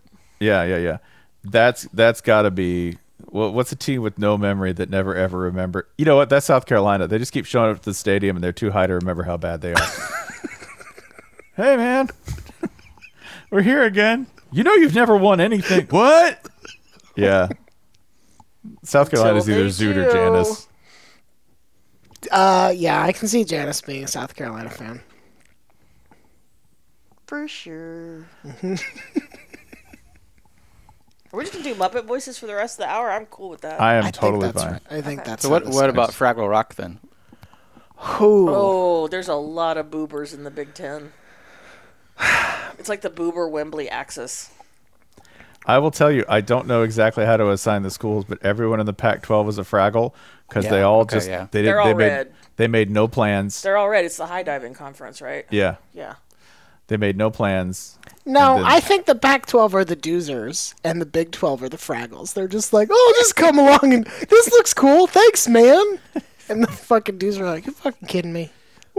[SPEAKER 2] Yeah, yeah, yeah. That's that's got to be. Well, what's a team with no memory that never ever remember? You know what? That's South Carolina. They just keep showing up to the stadium and they're too high to remember how bad they are. hey, man, we're here again. You know you've never won anything. what? Yeah. South Carolina's
[SPEAKER 4] Until
[SPEAKER 2] either
[SPEAKER 4] they
[SPEAKER 2] Zoot or
[SPEAKER 4] do.
[SPEAKER 2] Janice.
[SPEAKER 5] Uh yeah, I can see Janice being a South Carolina fan.
[SPEAKER 4] For sure. We're just gonna do Muppet voices for the rest of the hour. I'm cool with that.
[SPEAKER 2] I am
[SPEAKER 5] I
[SPEAKER 2] totally
[SPEAKER 5] think that's
[SPEAKER 2] fine.
[SPEAKER 5] right. I think that's
[SPEAKER 3] So
[SPEAKER 5] how
[SPEAKER 3] what,
[SPEAKER 5] this
[SPEAKER 3] what
[SPEAKER 5] goes.
[SPEAKER 3] about Fraggle Rock then?
[SPEAKER 5] Who?
[SPEAKER 4] oh, there's a lot of boobers in the Big Ten. It's like the boober Wembley axis.
[SPEAKER 2] I will tell you, I don't know exactly how to assign the schools, but everyone in the Pac-12 is a Fraggle because they
[SPEAKER 3] Yeah,
[SPEAKER 2] all
[SPEAKER 3] okay,
[SPEAKER 2] just
[SPEAKER 3] yeah.
[SPEAKER 2] they
[SPEAKER 4] They're
[SPEAKER 2] didn't they
[SPEAKER 4] all
[SPEAKER 2] made
[SPEAKER 4] red.
[SPEAKER 2] they made no plans.
[SPEAKER 4] They're all red. It's the high diving conference, right?
[SPEAKER 2] yeah,
[SPEAKER 4] Yeah.
[SPEAKER 2] they made no plans.
[SPEAKER 5] No,
[SPEAKER 2] And then-
[SPEAKER 5] I think the Pac-12 are the Doozers and the Big 12 are the Fraggles. They're just like, oh, just come along and this looks cool, thanks, man. And the fucking Doozers are like, you fucking kidding me?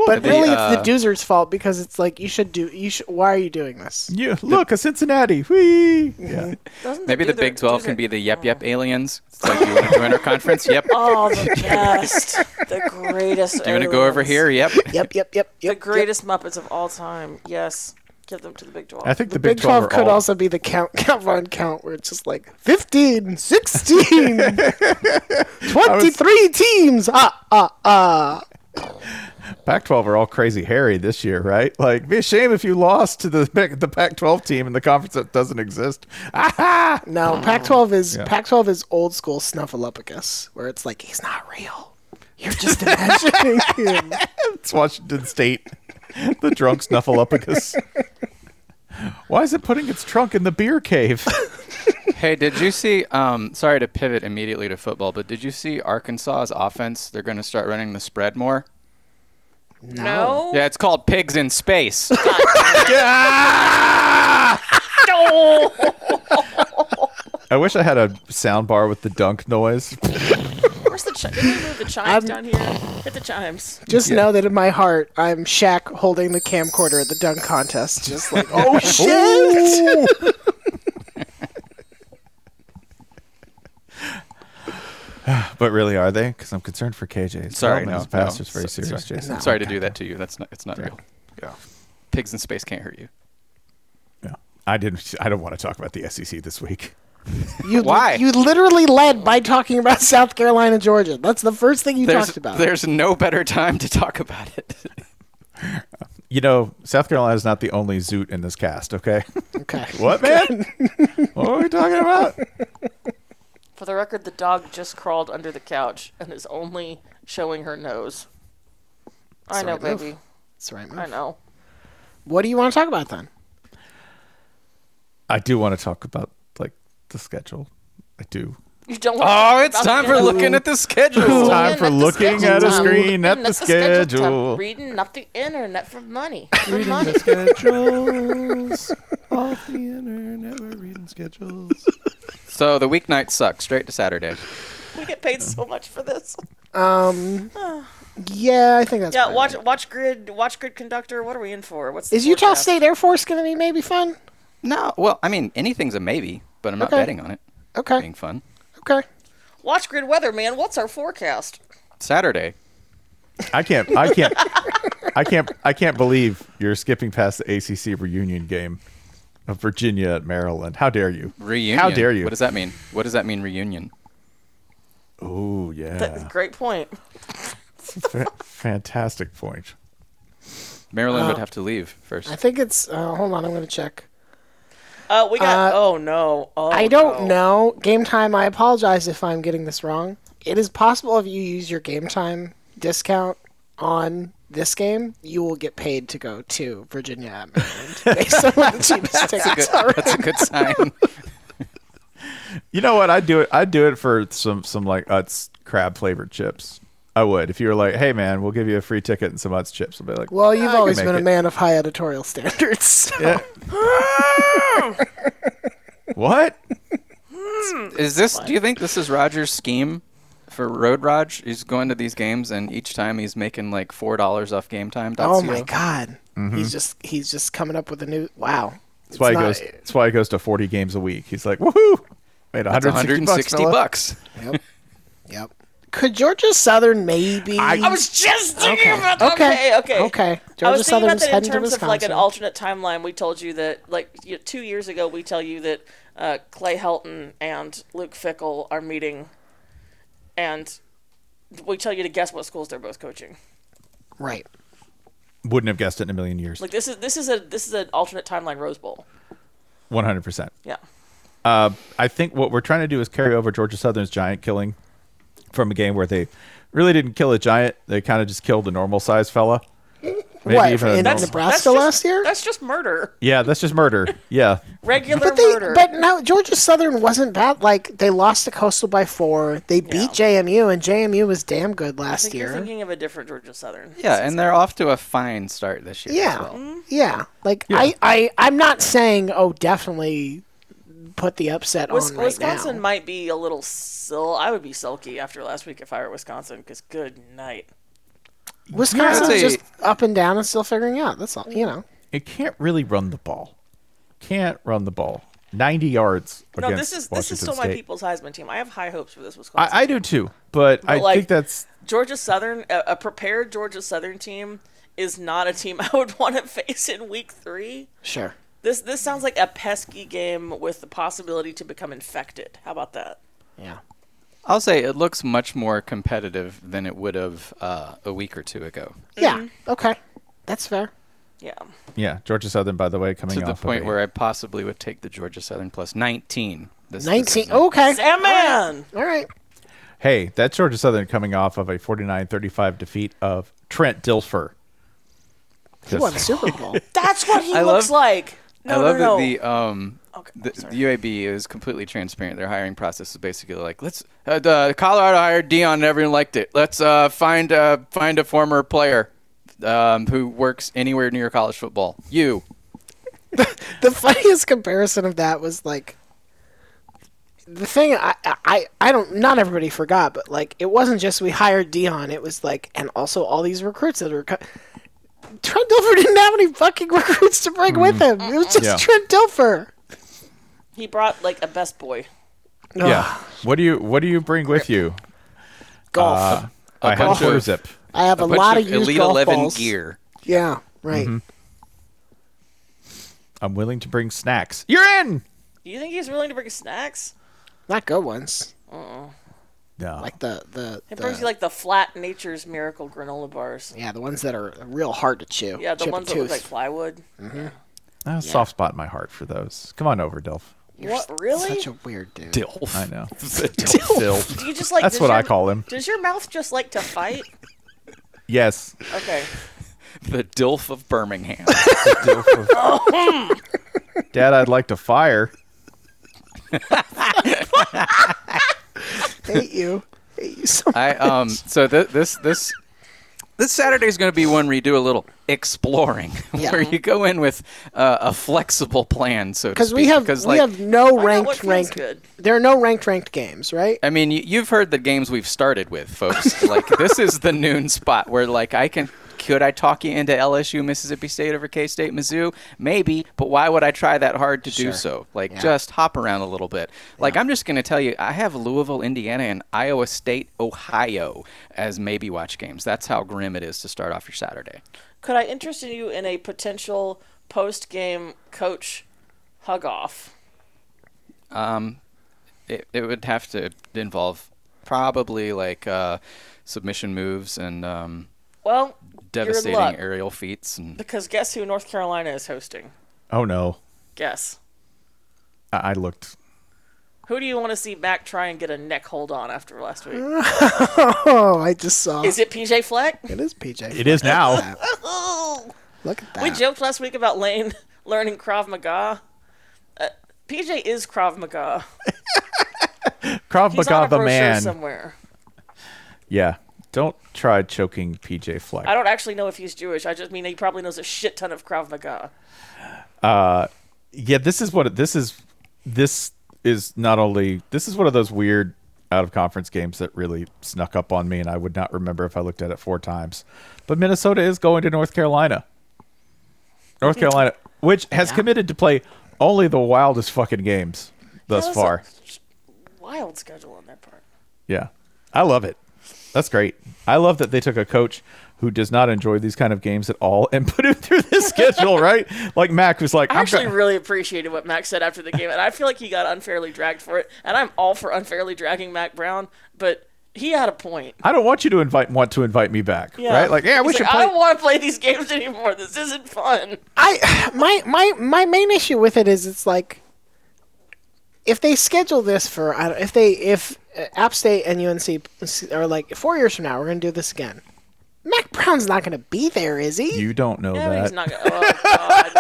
[SPEAKER 5] but
[SPEAKER 3] the,
[SPEAKER 5] really,
[SPEAKER 3] uh,
[SPEAKER 5] it's the Doozers' fault because it's like you should do. You should. Why are you doing this?
[SPEAKER 2] Yeah, look, a Cincinnati. Whee! Yeah.
[SPEAKER 4] Doesn't
[SPEAKER 3] Maybe the
[SPEAKER 4] do Oh. their-
[SPEAKER 3] Big 12
[SPEAKER 4] do
[SPEAKER 3] can
[SPEAKER 4] their-
[SPEAKER 3] be the Yep Yep Aliens. It's like, you want to join our conference? Yep.
[SPEAKER 4] Oh, the best, the greatest.
[SPEAKER 3] Do you want to go over here? Yep.
[SPEAKER 5] Yep, yep, yep.
[SPEAKER 4] The
[SPEAKER 5] yep
[SPEAKER 4] greatest Muppets of all time. Yes, get them to the Big 12.
[SPEAKER 2] I think the,
[SPEAKER 5] Yep. Big 12 could also be the count, count von count, where it's just like 15, 16, 23 teams. Ah, ah, ah.
[SPEAKER 2] Pac-12 are all crazy hairy this year, right? Like, be a shame if you lost to the Pac- the Pac-12 team in the conference that doesn't exist. Aha!
[SPEAKER 4] Oh.
[SPEAKER 5] No, Pac-12 is Pac-12 is old school Snuffleupagus, where it's like he's not real. You're just imagining him.
[SPEAKER 2] It's Washington State. the drunk snuffleupagus. Why is it putting its trunk in the beer cave?
[SPEAKER 3] Hey, did you see? Um, sorry to pivot immediately to football, but did you see Arkansas's offense? They're going to start running the spread more.
[SPEAKER 4] no.
[SPEAKER 3] Yeah, it's called Pigs in Space.
[SPEAKER 2] I wish I had a sound bar with the dunk noise.
[SPEAKER 4] Where's the chi- Can we move the chimes down here? Hit the chimes.
[SPEAKER 5] Just know that in my heart, I'm Shaq holding the camcorder at the dunk contest, just like, oh shit.
[SPEAKER 2] But really, are they? Because I'm concerned for KJ.
[SPEAKER 3] Sorry,
[SPEAKER 2] Solomon,
[SPEAKER 3] no,
[SPEAKER 2] his pastor's
[SPEAKER 3] no.
[SPEAKER 2] very
[SPEAKER 3] So-
[SPEAKER 2] serious. Jason.
[SPEAKER 3] sorry to do that to you. That's not. It's not real.
[SPEAKER 6] Yeah.
[SPEAKER 3] Pigs in Space can't hurt you.
[SPEAKER 2] No. I didn't. I don't want to talk about the SEC this week.
[SPEAKER 5] You,
[SPEAKER 3] Why?
[SPEAKER 5] You literally led by talking about South Carolina, Georgia. That's the first thing you
[SPEAKER 3] There's,
[SPEAKER 5] talked about.
[SPEAKER 3] there's no better time to talk about it.
[SPEAKER 2] You know, South Carolina is not the only zoot in this cast. Okay.
[SPEAKER 5] Okay.
[SPEAKER 2] what man? what are we talking about?
[SPEAKER 4] For the record, the dog just crawled under the couch and is only showing her nose. I know,
[SPEAKER 5] Sorry, move.
[SPEAKER 4] baby.
[SPEAKER 5] That's the right.
[SPEAKER 4] I
[SPEAKER 5] Move.
[SPEAKER 4] know.
[SPEAKER 5] What do you want to talk about then?
[SPEAKER 2] I do want to talk about like the schedule. I do.
[SPEAKER 4] You don't want to
[SPEAKER 3] Oh,
[SPEAKER 4] think
[SPEAKER 3] it's
[SPEAKER 4] about
[SPEAKER 3] time
[SPEAKER 4] it.
[SPEAKER 3] for
[SPEAKER 4] You're
[SPEAKER 3] looking at the schedule.
[SPEAKER 4] looking
[SPEAKER 2] Time for
[SPEAKER 4] at the
[SPEAKER 2] looking
[SPEAKER 4] schedule,
[SPEAKER 2] at a
[SPEAKER 4] Tom.
[SPEAKER 2] screen
[SPEAKER 4] Looking
[SPEAKER 2] at the
[SPEAKER 4] Tom.
[SPEAKER 2] schedule.
[SPEAKER 4] Reading up the internet for money. For money.
[SPEAKER 6] schedules off the internet. We're reading schedules.
[SPEAKER 3] So the weeknight sucks. Straight to Saturday.
[SPEAKER 4] we get paid so much for this.
[SPEAKER 7] Um, yeah, I think that's
[SPEAKER 4] Yeah,
[SPEAKER 7] probably
[SPEAKER 4] watch
[SPEAKER 7] right.
[SPEAKER 4] watch grid watch grid conductor. What are we in for? What's the
[SPEAKER 5] Is Utah
[SPEAKER 4] forecast?
[SPEAKER 5] State Air Force going to be maybe fun?
[SPEAKER 3] No, well, I mean, anything's a maybe, but I'm not
[SPEAKER 5] Okay.
[SPEAKER 3] betting on it.
[SPEAKER 5] Okay.
[SPEAKER 3] Being fun.
[SPEAKER 5] Okay.
[SPEAKER 4] Watch grid weather, man. What's our forecast?
[SPEAKER 3] Saturday.
[SPEAKER 2] I can't. I can't. I can't. I can't believe you're skipping past the ACC reunion game of Virginia at Maryland. How dare you?
[SPEAKER 3] Reunion.
[SPEAKER 2] How dare you?
[SPEAKER 3] What does that mean? What does that mean, reunion?
[SPEAKER 2] Oh yeah,
[SPEAKER 4] Great point.
[SPEAKER 2] Fa- fantastic point.
[SPEAKER 3] Maryland
[SPEAKER 5] Oh.
[SPEAKER 3] would have to leave first.
[SPEAKER 5] I think it's. Uh, hold on, I'm going to check.
[SPEAKER 4] Uh, we got. oh no. Oh,
[SPEAKER 5] I don't
[SPEAKER 4] no.
[SPEAKER 5] know. Game time, I apologize if I'm getting this wrong. It is possible if you use your game time discount on this game, you will get paid to go to Virginia at Maryland based on what the cheapest tickets are.
[SPEAKER 3] That's a good sign.
[SPEAKER 2] You know what? I'd do it. I'd do it for some some like Utz crab flavored chips. I would. If you were like, hey man, we'll give you a free ticket and some Utz chips. I'd be like,
[SPEAKER 5] Well, you've
[SPEAKER 2] I can
[SPEAKER 5] always
[SPEAKER 2] make
[SPEAKER 5] been a
[SPEAKER 2] it.
[SPEAKER 5] man of high editorial standards. so-
[SPEAKER 2] What?
[SPEAKER 3] Is this? Do you think this is Roger's scheme for Road Raj? He's going to these games, and each time he's making like four dollars off game time.
[SPEAKER 5] Oh my god. He's just he's just coming up with a new wow.
[SPEAKER 2] Mm-hmm. That's why he
[SPEAKER 5] e-,
[SPEAKER 2] goes. That's why he goes to forty games a week. He's like, woohoo! Made one
[SPEAKER 3] That's
[SPEAKER 2] hundred
[SPEAKER 3] 160
[SPEAKER 2] and sixty bucks.
[SPEAKER 3] bucks.
[SPEAKER 5] Yep. Could Georgia Southern maybe
[SPEAKER 4] I was just thinking about that.
[SPEAKER 5] Okay.
[SPEAKER 4] Okay, okay.
[SPEAKER 5] Okay.
[SPEAKER 4] I
[SPEAKER 5] Georgia
[SPEAKER 4] was thinking
[SPEAKER 5] Southern
[SPEAKER 4] about
[SPEAKER 5] is
[SPEAKER 4] that in
[SPEAKER 5] heading to
[SPEAKER 4] terms of like an
[SPEAKER 5] Wisconsin.
[SPEAKER 4] alternate timeline. We told you that, like, you two years ago, we tell you that uh, Clay Helton and Luke Fickle are meeting, and we tell you to guess what schools they're both coaching.
[SPEAKER 5] right.
[SPEAKER 2] Wouldn't have guessed it in a million years.
[SPEAKER 4] Like this is this is a this is an alternate timeline Rose Bowl.
[SPEAKER 2] One hundred percent.
[SPEAKER 4] Yeah.
[SPEAKER 2] Uh, I think what we're trying to do is carry over Georgia Southern's giant killing from a game where they really didn't kill a giant. They kind of just killed a normal sized fella. Maybe
[SPEAKER 5] what
[SPEAKER 2] even a normal-
[SPEAKER 5] in
[SPEAKER 4] That's
[SPEAKER 5] Nebraska
[SPEAKER 4] just-
[SPEAKER 5] last year?
[SPEAKER 4] That's just murder.
[SPEAKER 2] yeah, that's just murder. Yeah.
[SPEAKER 4] Regular
[SPEAKER 5] But they,
[SPEAKER 4] murder.
[SPEAKER 5] but no, Georgia Southern wasn't bad. Like they lost to Coastal by four. They beat JMU, and JMU was damn good
[SPEAKER 4] I
[SPEAKER 5] last
[SPEAKER 4] think you're
[SPEAKER 5] year.
[SPEAKER 4] thinking of a different Georgia Southern.
[SPEAKER 3] Yeah, and they're off to a fine start this year. as
[SPEAKER 5] Yeah,
[SPEAKER 3] well. Mm-hmm.
[SPEAKER 5] yeah. Like I, I, I'm not saying oh definitely put the upset
[SPEAKER 4] Wis-
[SPEAKER 5] on right
[SPEAKER 4] Wisconsin
[SPEAKER 5] now.
[SPEAKER 4] might be a little sil. I would be sulky after last week if I were Wisconsin. Because good night.
[SPEAKER 5] Wisconsin's
[SPEAKER 3] I'd say-
[SPEAKER 5] just up and down and still figuring out. That's all. You know.
[SPEAKER 2] It can't really run the ball. Can't run the ball. 90 yards
[SPEAKER 4] No,
[SPEAKER 2] against
[SPEAKER 4] this is this
[SPEAKER 2] Washington
[SPEAKER 4] is still
[SPEAKER 2] State.
[SPEAKER 4] my people's Heisman team. I have high hopes for this Wisconsin.
[SPEAKER 2] I, I do too, but, I
[SPEAKER 4] like-
[SPEAKER 2] think that's
[SPEAKER 4] Georgia Southern, a, a prepared Georgia Southern team, is not a team I would want to face in Week Three.
[SPEAKER 5] Sure.
[SPEAKER 4] This this sounds like a pesky game with the possibility to become infected. How about that?
[SPEAKER 5] Yeah.
[SPEAKER 3] I'll say it looks much more competitive than it would have uh, a week or two ago.
[SPEAKER 5] Yeah. Okay. That's fair.
[SPEAKER 4] Yeah.
[SPEAKER 2] yeah. Georgia Southern, by the way, coming
[SPEAKER 3] To the
[SPEAKER 2] off of
[SPEAKER 3] point
[SPEAKER 2] a-
[SPEAKER 3] where I possibly would take the Georgia Southern plus 19. This, this
[SPEAKER 5] Nineteen.
[SPEAKER 3] season.
[SPEAKER 2] Oh,
[SPEAKER 5] Okay.
[SPEAKER 4] Sam man.
[SPEAKER 5] All right.
[SPEAKER 2] hey, that Georgia Southern coming off of a 49-35 defeat of Trent Dilfer.
[SPEAKER 5] He won the Super Bowl.
[SPEAKER 4] That's what he
[SPEAKER 3] I
[SPEAKER 4] looks
[SPEAKER 3] love-
[SPEAKER 4] like. No,
[SPEAKER 3] I love
[SPEAKER 4] no, no.
[SPEAKER 3] that the um
[SPEAKER 4] Okay, I'm
[SPEAKER 3] the, the
[SPEAKER 4] sorry.
[SPEAKER 3] UAB is completely transparent. Their hiring process is basically like let's uh, the Colorado hired Dion and everyone liked it. Let's uh, find uh, find a former player um, who works anywhere near college football. You
[SPEAKER 5] the funniest comparison of that was like the thing I, I I don't not everybody forgot, but like it wasn't just we hired Dion, it was like and also all these recruits that were co- Trent Dilfer didn't have any fucking recruits to bring with him. It was just
[SPEAKER 2] Yeah.
[SPEAKER 5] Trent Dilfer.
[SPEAKER 4] he brought like a best boy.
[SPEAKER 2] Yeah. What do you what do you bring with you?
[SPEAKER 5] Golf.
[SPEAKER 2] I have
[SPEAKER 3] bunch of-
[SPEAKER 2] four zip.
[SPEAKER 5] I have a,
[SPEAKER 3] bunch
[SPEAKER 5] lot of, used
[SPEAKER 3] Elite
[SPEAKER 5] golf
[SPEAKER 3] Eleven
[SPEAKER 5] balls.
[SPEAKER 3] gear.
[SPEAKER 5] Yeah, right.
[SPEAKER 2] I'm willing to bring snacks. You're in.
[SPEAKER 4] Do you think he's willing to bring snacks?
[SPEAKER 5] Not good ones.
[SPEAKER 2] No.
[SPEAKER 5] Like the the,
[SPEAKER 4] It
[SPEAKER 5] the-
[SPEAKER 4] brings you like the flat Nature's Miracle granola bars.
[SPEAKER 5] yeah, the ones that are real hard to chew.
[SPEAKER 4] Yeah, the
[SPEAKER 5] Chip a
[SPEAKER 4] ones that look
[SPEAKER 5] tooth.
[SPEAKER 4] like plywood.
[SPEAKER 2] I have a soft spot in my heart for those. Come on over, Dilf.
[SPEAKER 4] What really?
[SPEAKER 5] such a weird dude.
[SPEAKER 2] Dilf. I know. Dilf.
[SPEAKER 4] Do you just like?
[SPEAKER 2] That's
[SPEAKER 4] does
[SPEAKER 2] what
[SPEAKER 4] your-
[SPEAKER 2] I call him.
[SPEAKER 4] Does your mouth just like to fight?
[SPEAKER 2] Yes.
[SPEAKER 4] Okay.
[SPEAKER 3] The Dilf of Birmingham.
[SPEAKER 2] Dad, I'd like to fire.
[SPEAKER 5] hate you. Hate you so
[SPEAKER 3] I um so th- this this this Saturday's going to be one where you do a little exploring, where you go in with uh, a flexible plan, so to
[SPEAKER 5] because we
[SPEAKER 3] speak,
[SPEAKER 5] have
[SPEAKER 3] because
[SPEAKER 5] we
[SPEAKER 3] like
[SPEAKER 5] have no
[SPEAKER 4] Why not?
[SPEAKER 5] ranked
[SPEAKER 4] What feels
[SPEAKER 5] ranked.
[SPEAKER 4] good?
[SPEAKER 5] There are no ranked ranked games, right?
[SPEAKER 3] I mean, y- you've heard the games we've started with, folks. like this is the noon spot where like I can could I talk you into LSU, Mississippi State over K State, Mizzou? Maybe, but why would I try that hard to do so? Like just hop around a little bit. Like I'm just going to tell you, I have Louisville, Indiana, and Iowa State, Ohio as maybe watch games. That's how grim it is to start off your Saturday.
[SPEAKER 4] Could I interest you in a potential post game coach hug off?
[SPEAKER 3] It, it would have to involve probably like uh, submission moves and um,
[SPEAKER 4] Well,
[SPEAKER 3] devastating
[SPEAKER 4] you're in luck
[SPEAKER 3] aerial feats and
[SPEAKER 4] because guess who North Carolina is hosting?
[SPEAKER 2] Oh no,
[SPEAKER 4] Guess.
[SPEAKER 2] I, I looked.
[SPEAKER 4] Who do you want to see Mac try and get a neck hold on after last week?
[SPEAKER 5] Oh, I just saw.
[SPEAKER 4] Is it PJ Fleck?
[SPEAKER 5] it is PJ.
[SPEAKER 2] It is now.
[SPEAKER 5] Look at that.
[SPEAKER 4] We joked last week about Lane learning Krav Maga. Uh, PJ is Krav Maga.
[SPEAKER 2] Krav
[SPEAKER 4] He's on
[SPEAKER 2] Maga
[SPEAKER 4] a
[SPEAKER 2] the
[SPEAKER 4] brochure
[SPEAKER 2] man.
[SPEAKER 4] somewhere.
[SPEAKER 2] Yeah. Don't try choking PJ Fleck.
[SPEAKER 4] I don't actually know if he's Jewish. I just mean he probably knows a shit ton of Krav Maga.
[SPEAKER 2] yeah this is what this is this is not only this is one of those weird out of conference games that really snuck up on me and i would not remember if i looked at it four times but minnesota is going to north carolina north carolina which has committed to play only the wildest fucking games thus
[SPEAKER 4] That was a
[SPEAKER 2] far
[SPEAKER 4] Wild schedule on their part.
[SPEAKER 2] yeah i love it that's great i love that they took a coach who does not enjoy these kind of games at all and put him through this schedule right like mac was like
[SPEAKER 4] I
[SPEAKER 2] I'm
[SPEAKER 4] actually
[SPEAKER 2] go-
[SPEAKER 4] really appreciated what Mac said after the game, and I feel like he got unfairly dragged for it. And I'm all for unfairly dragging Mac Brown, but he had a point.
[SPEAKER 2] I don't want you to invite want to invite me back, right? Like, yeah, we
[SPEAKER 4] He's
[SPEAKER 2] should
[SPEAKER 4] like, I
[SPEAKER 2] play.
[SPEAKER 4] don't want to play these games anymore. This isn't fun.
[SPEAKER 5] I my my my main issue with it is it's like if they schedule this for I don't, if they if uh, App State and UNC are like four years from now we're gonna do this again. Mac Brown's not gonna be there, is he?
[SPEAKER 2] you don't know
[SPEAKER 4] Yeah, but he's
[SPEAKER 2] that.
[SPEAKER 4] not gonna. Oh God,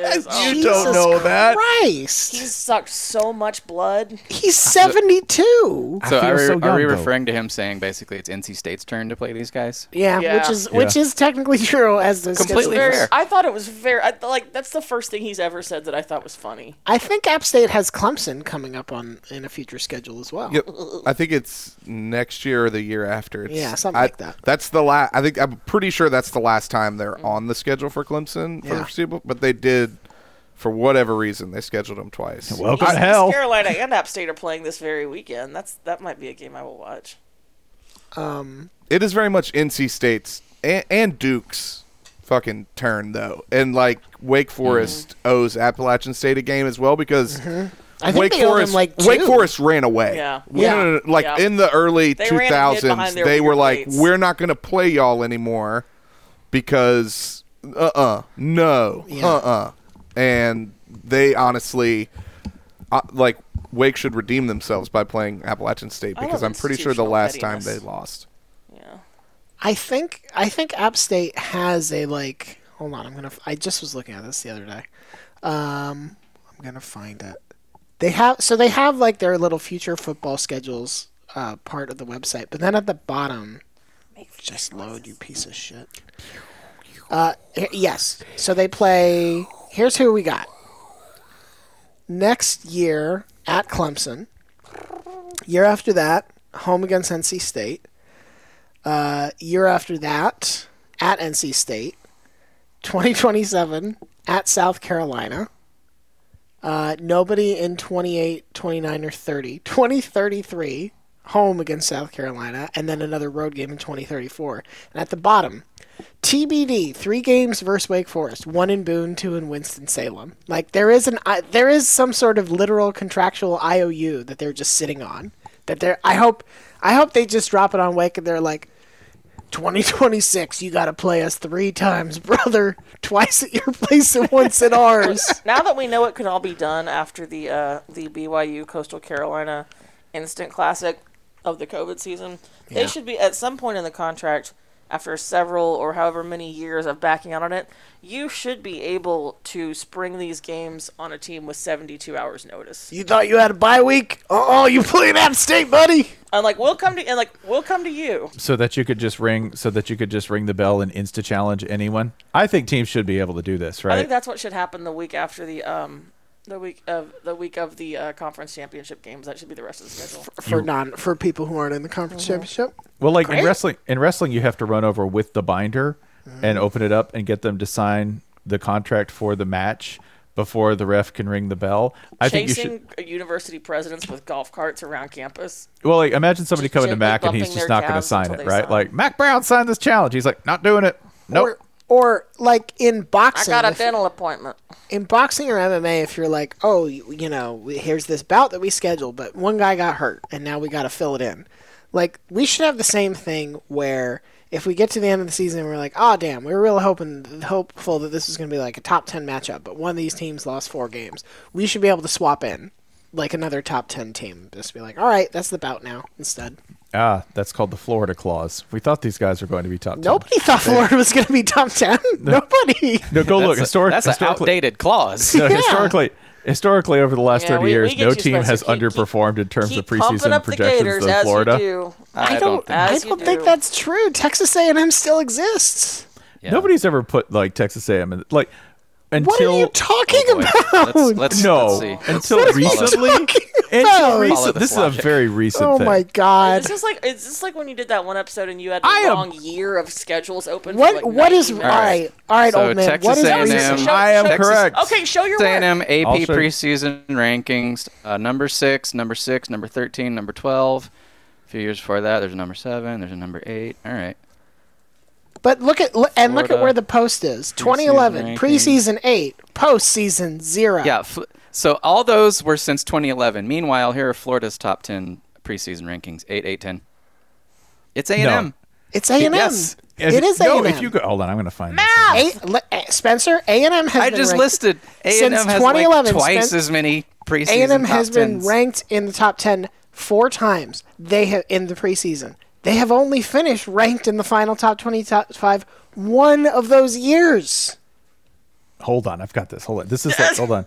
[SPEAKER 4] if he is? Oh,
[SPEAKER 2] You don't
[SPEAKER 5] Jesus
[SPEAKER 2] know that.
[SPEAKER 4] he
[SPEAKER 5] Christ,
[SPEAKER 4] sucked so much blood.
[SPEAKER 5] he's seventy two.
[SPEAKER 3] So
[SPEAKER 2] feel
[SPEAKER 3] are we,
[SPEAKER 2] so
[SPEAKER 3] are we
[SPEAKER 2] young, though.
[SPEAKER 3] referring to him saying basically it's NC State's turn to play these guys?
[SPEAKER 5] Yeah,
[SPEAKER 4] Yeah.
[SPEAKER 5] which is which is technically true as the
[SPEAKER 3] Completely
[SPEAKER 5] scheduling.
[SPEAKER 3] fair.
[SPEAKER 4] I thought it was very I, like that's the first thing he's ever said that I thought was funny.
[SPEAKER 5] I think App State has Clemson coming up on in a future schedule as well.
[SPEAKER 6] Yep. I think it's next year or the year after. It's,
[SPEAKER 5] Yeah, something
[SPEAKER 6] I-
[SPEAKER 5] like that. Mm.
[SPEAKER 6] That's the last. I think I'm pretty sure that's the last time they're on the schedule for Clemson for the
[SPEAKER 5] Yeah.
[SPEAKER 6] foreseeable. But they did, for whatever reason, they scheduled them twice.
[SPEAKER 2] Welcome to
[SPEAKER 4] East
[SPEAKER 2] hell.
[SPEAKER 4] Carolina and App State are playing this very weekend. That's that might be a game I will watch.
[SPEAKER 5] Um,
[SPEAKER 6] it is very much NC State's and, and Duke's fucking turn though, and like Wake
[SPEAKER 4] Mm-hmm.
[SPEAKER 6] Forest owes Appalachian State a game as well because
[SPEAKER 5] Mm-hmm. I think
[SPEAKER 6] Wake
[SPEAKER 5] they owe them,
[SPEAKER 6] Forest
[SPEAKER 5] like,
[SPEAKER 6] Wake
[SPEAKER 5] two.
[SPEAKER 6] Forest ran away.
[SPEAKER 4] Yeah.
[SPEAKER 6] No, no, no, no, like
[SPEAKER 4] Yeah.
[SPEAKER 6] in the early
[SPEAKER 4] They
[SPEAKER 6] two
[SPEAKER 4] ran and hid
[SPEAKER 6] thousands,
[SPEAKER 4] behind their
[SPEAKER 6] they were
[SPEAKER 4] weird
[SPEAKER 6] like,
[SPEAKER 4] weights.
[SPEAKER 6] "We're not going to play y'all anymore because uh uh no uh uh and they honestly uh, like Wake should redeem themselves by playing Appalachian State
[SPEAKER 4] I love
[SPEAKER 6] because I'm pretty sure the
[SPEAKER 4] institutional
[SPEAKER 6] last time they
[SPEAKER 4] pettiness.
[SPEAKER 6] lost.
[SPEAKER 4] Yeah.
[SPEAKER 5] I think I think App State has a like. Hold on, I'm gonna. f- I just was looking at this the other day. Um, I'm gonna find it. They have so they have like their little future football schedules uh, part of the website, but then at the bottom, just load you piece of shit. Uh, h- yes. So they play. Here's who we got next year at Clemson. Year after that, home against NC State year after that at NC State, 2027 at South Carolina. Uh, nobody in 28, 29, or 30. 2033 home against South Carolina, and then another road game in 2034. And at the bottom, TBD, three games versus Wake Forest, one in Boone, two in Winston Salem. Like there is an I there is some sort of literal contractual IOU that they're just sitting on. That they're I hope I hope they just drop it on Wake and they're like, 2026, you got to play us three times, brother. Twice at your place and once at ours.
[SPEAKER 4] Now that we know it can all be done after the uh, the BYU Coastal Carolina Instant Classic of the COVID season, they should be at some point in the contract after several or however many years of backing out on it, you should be able to spring these games on a team with 72 hours notice.
[SPEAKER 7] You thought you had a bye week? Oh, you played App State, buddy.
[SPEAKER 4] And like we'll come to and like we'll come to you.
[SPEAKER 2] so that you could just ring so that you could just ring the bell and insta challenge anyone. I think teams should be able to do this,
[SPEAKER 4] I
[SPEAKER 2] right?
[SPEAKER 4] think that's what should happen the week after the um the week of the week of the uh, conference championship games. That should be the rest of the schedule.
[SPEAKER 5] for non for people who aren't in the
[SPEAKER 4] Mm-hmm.
[SPEAKER 5] conference championship.
[SPEAKER 2] well, like in wrestling, in wrestling you have to run over with the binder
[SPEAKER 4] Mm.
[SPEAKER 2] and open it up and get them to sign the contract for the match before the ref can ring the bell. I think you should
[SPEAKER 4] Chasing university presidents with golf carts around campus.
[SPEAKER 2] Well, like imagine somebody coming to
[SPEAKER 4] gently
[SPEAKER 2] Mac and he's
[SPEAKER 4] bumping
[SPEAKER 2] just
[SPEAKER 4] their
[SPEAKER 2] not going to
[SPEAKER 4] calves
[SPEAKER 2] sign
[SPEAKER 4] until
[SPEAKER 2] it,
[SPEAKER 4] they
[SPEAKER 2] right?
[SPEAKER 4] sign.
[SPEAKER 2] Like Mac Brown signed this challenge. He's like, not doing it. Nope.
[SPEAKER 5] Or or like in
[SPEAKER 4] I
[SPEAKER 5] boxing.
[SPEAKER 4] got a
[SPEAKER 5] if-
[SPEAKER 4] dental appointment.
[SPEAKER 5] in boxing or MMA, if you're like, oh, you, you know, we- here's this bout that we scheduled, but one guy got hurt and now we got to fill it in. Like, we should have the same thing where if we get to the end of the season and we're like, oh, damn, we were really hoping, hopeful that this was going to be like a top 10 matchup, but one of these teams lost four games, we should be able to swap in like another top 10 team. Just be like, all right, that's the bout now instead.
[SPEAKER 2] Ah, that's called the Florida clause. We thought these guys were going to be top. 10.
[SPEAKER 5] Nobody thought Florida was going to be top 10. Nobody.
[SPEAKER 2] No, go look.
[SPEAKER 3] That's a-
[SPEAKER 2] Historic,
[SPEAKER 3] that's an
[SPEAKER 2] historically,
[SPEAKER 3] outdated clause.
[SPEAKER 2] No, historically, historically, over the last
[SPEAKER 4] Yeah,
[SPEAKER 2] thirty
[SPEAKER 4] we- we
[SPEAKER 2] years,
[SPEAKER 4] get
[SPEAKER 2] no
[SPEAKER 4] you
[SPEAKER 2] team
[SPEAKER 4] special.
[SPEAKER 2] has
[SPEAKER 4] Keep- keep-
[SPEAKER 2] underperformed in terms of
[SPEAKER 4] Keep pumping
[SPEAKER 2] preseason
[SPEAKER 4] up the
[SPEAKER 2] projections
[SPEAKER 4] Gators
[SPEAKER 2] than
[SPEAKER 4] as
[SPEAKER 2] Florida.
[SPEAKER 4] you do.
[SPEAKER 3] I don't think-
[SPEAKER 4] as
[SPEAKER 5] I
[SPEAKER 4] you
[SPEAKER 5] don't think
[SPEAKER 4] do.
[SPEAKER 5] that's true. Texas A&M still exists.
[SPEAKER 3] Yeah.
[SPEAKER 2] Nobody's ever put like Texas A&M in, like until
[SPEAKER 5] What are you talking
[SPEAKER 3] Wait,
[SPEAKER 5] about?
[SPEAKER 3] let's, let's,
[SPEAKER 2] no
[SPEAKER 3] let's see. Let's-
[SPEAKER 2] until
[SPEAKER 3] let's follow-
[SPEAKER 2] recently.
[SPEAKER 5] talking
[SPEAKER 2] Until
[SPEAKER 5] about?
[SPEAKER 3] Follow
[SPEAKER 2] recent,
[SPEAKER 3] the
[SPEAKER 2] this is a
[SPEAKER 3] logic.
[SPEAKER 2] very recent
[SPEAKER 5] Oh
[SPEAKER 2] thing.
[SPEAKER 5] my god!
[SPEAKER 4] This is like it's just like when you did that one episode and you had
[SPEAKER 2] I
[SPEAKER 4] a
[SPEAKER 2] am-
[SPEAKER 4] long year of schedules open. for,
[SPEAKER 5] What
[SPEAKER 4] like,
[SPEAKER 5] what is all
[SPEAKER 4] 90
[SPEAKER 5] right? All right,
[SPEAKER 3] So
[SPEAKER 5] old man.
[SPEAKER 3] Texas
[SPEAKER 5] what is
[SPEAKER 3] A&M.
[SPEAKER 5] reason-
[SPEAKER 4] Show-
[SPEAKER 2] I am
[SPEAKER 4] show-
[SPEAKER 2] correct.
[SPEAKER 4] Okay, show your work.
[SPEAKER 2] I'll
[SPEAKER 3] A&M AP
[SPEAKER 2] show-
[SPEAKER 3] preseason rankings, uh, number six, number six, number 13, number 12. A few years before that, there's a number seven, there's a number eight. All right.
[SPEAKER 5] But look at look, and look at
[SPEAKER 3] Florida.
[SPEAKER 5] where the post is. 2011
[SPEAKER 3] rankings.
[SPEAKER 5] preseason eight, postseason zero.
[SPEAKER 3] Yeah. Fl- so all those were since 2011. Meanwhile, here are Florida's top 10 preseason rankings 8, 8, 10. It's A&M.
[SPEAKER 5] it's A&M.
[SPEAKER 3] Yes.
[SPEAKER 2] If-
[SPEAKER 5] it is
[SPEAKER 2] no,
[SPEAKER 5] A&M.
[SPEAKER 2] If you go, hold on, I'm going to find this.
[SPEAKER 5] A- le- eh, Spencer A&M has
[SPEAKER 3] I
[SPEAKER 5] been
[SPEAKER 3] just
[SPEAKER 5] ranked-
[SPEAKER 3] listed A&M
[SPEAKER 5] since
[SPEAKER 3] has
[SPEAKER 5] 2011,
[SPEAKER 3] like twice
[SPEAKER 5] Spen-
[SPEAKER 3] as many preseason
[SPEAKER 5] A&M
[SPEAKER 3] top
[SPEAKER 5] has been
[SPEAKER 3] 10s.
[SPEAKER 5] ranked in the top 10 four times. They have in the preseason. They have only finished ranked in the final top 25 one of those years.
[SPEAKER 2] Hold on, I've got this. Hold on, this is like, hold on.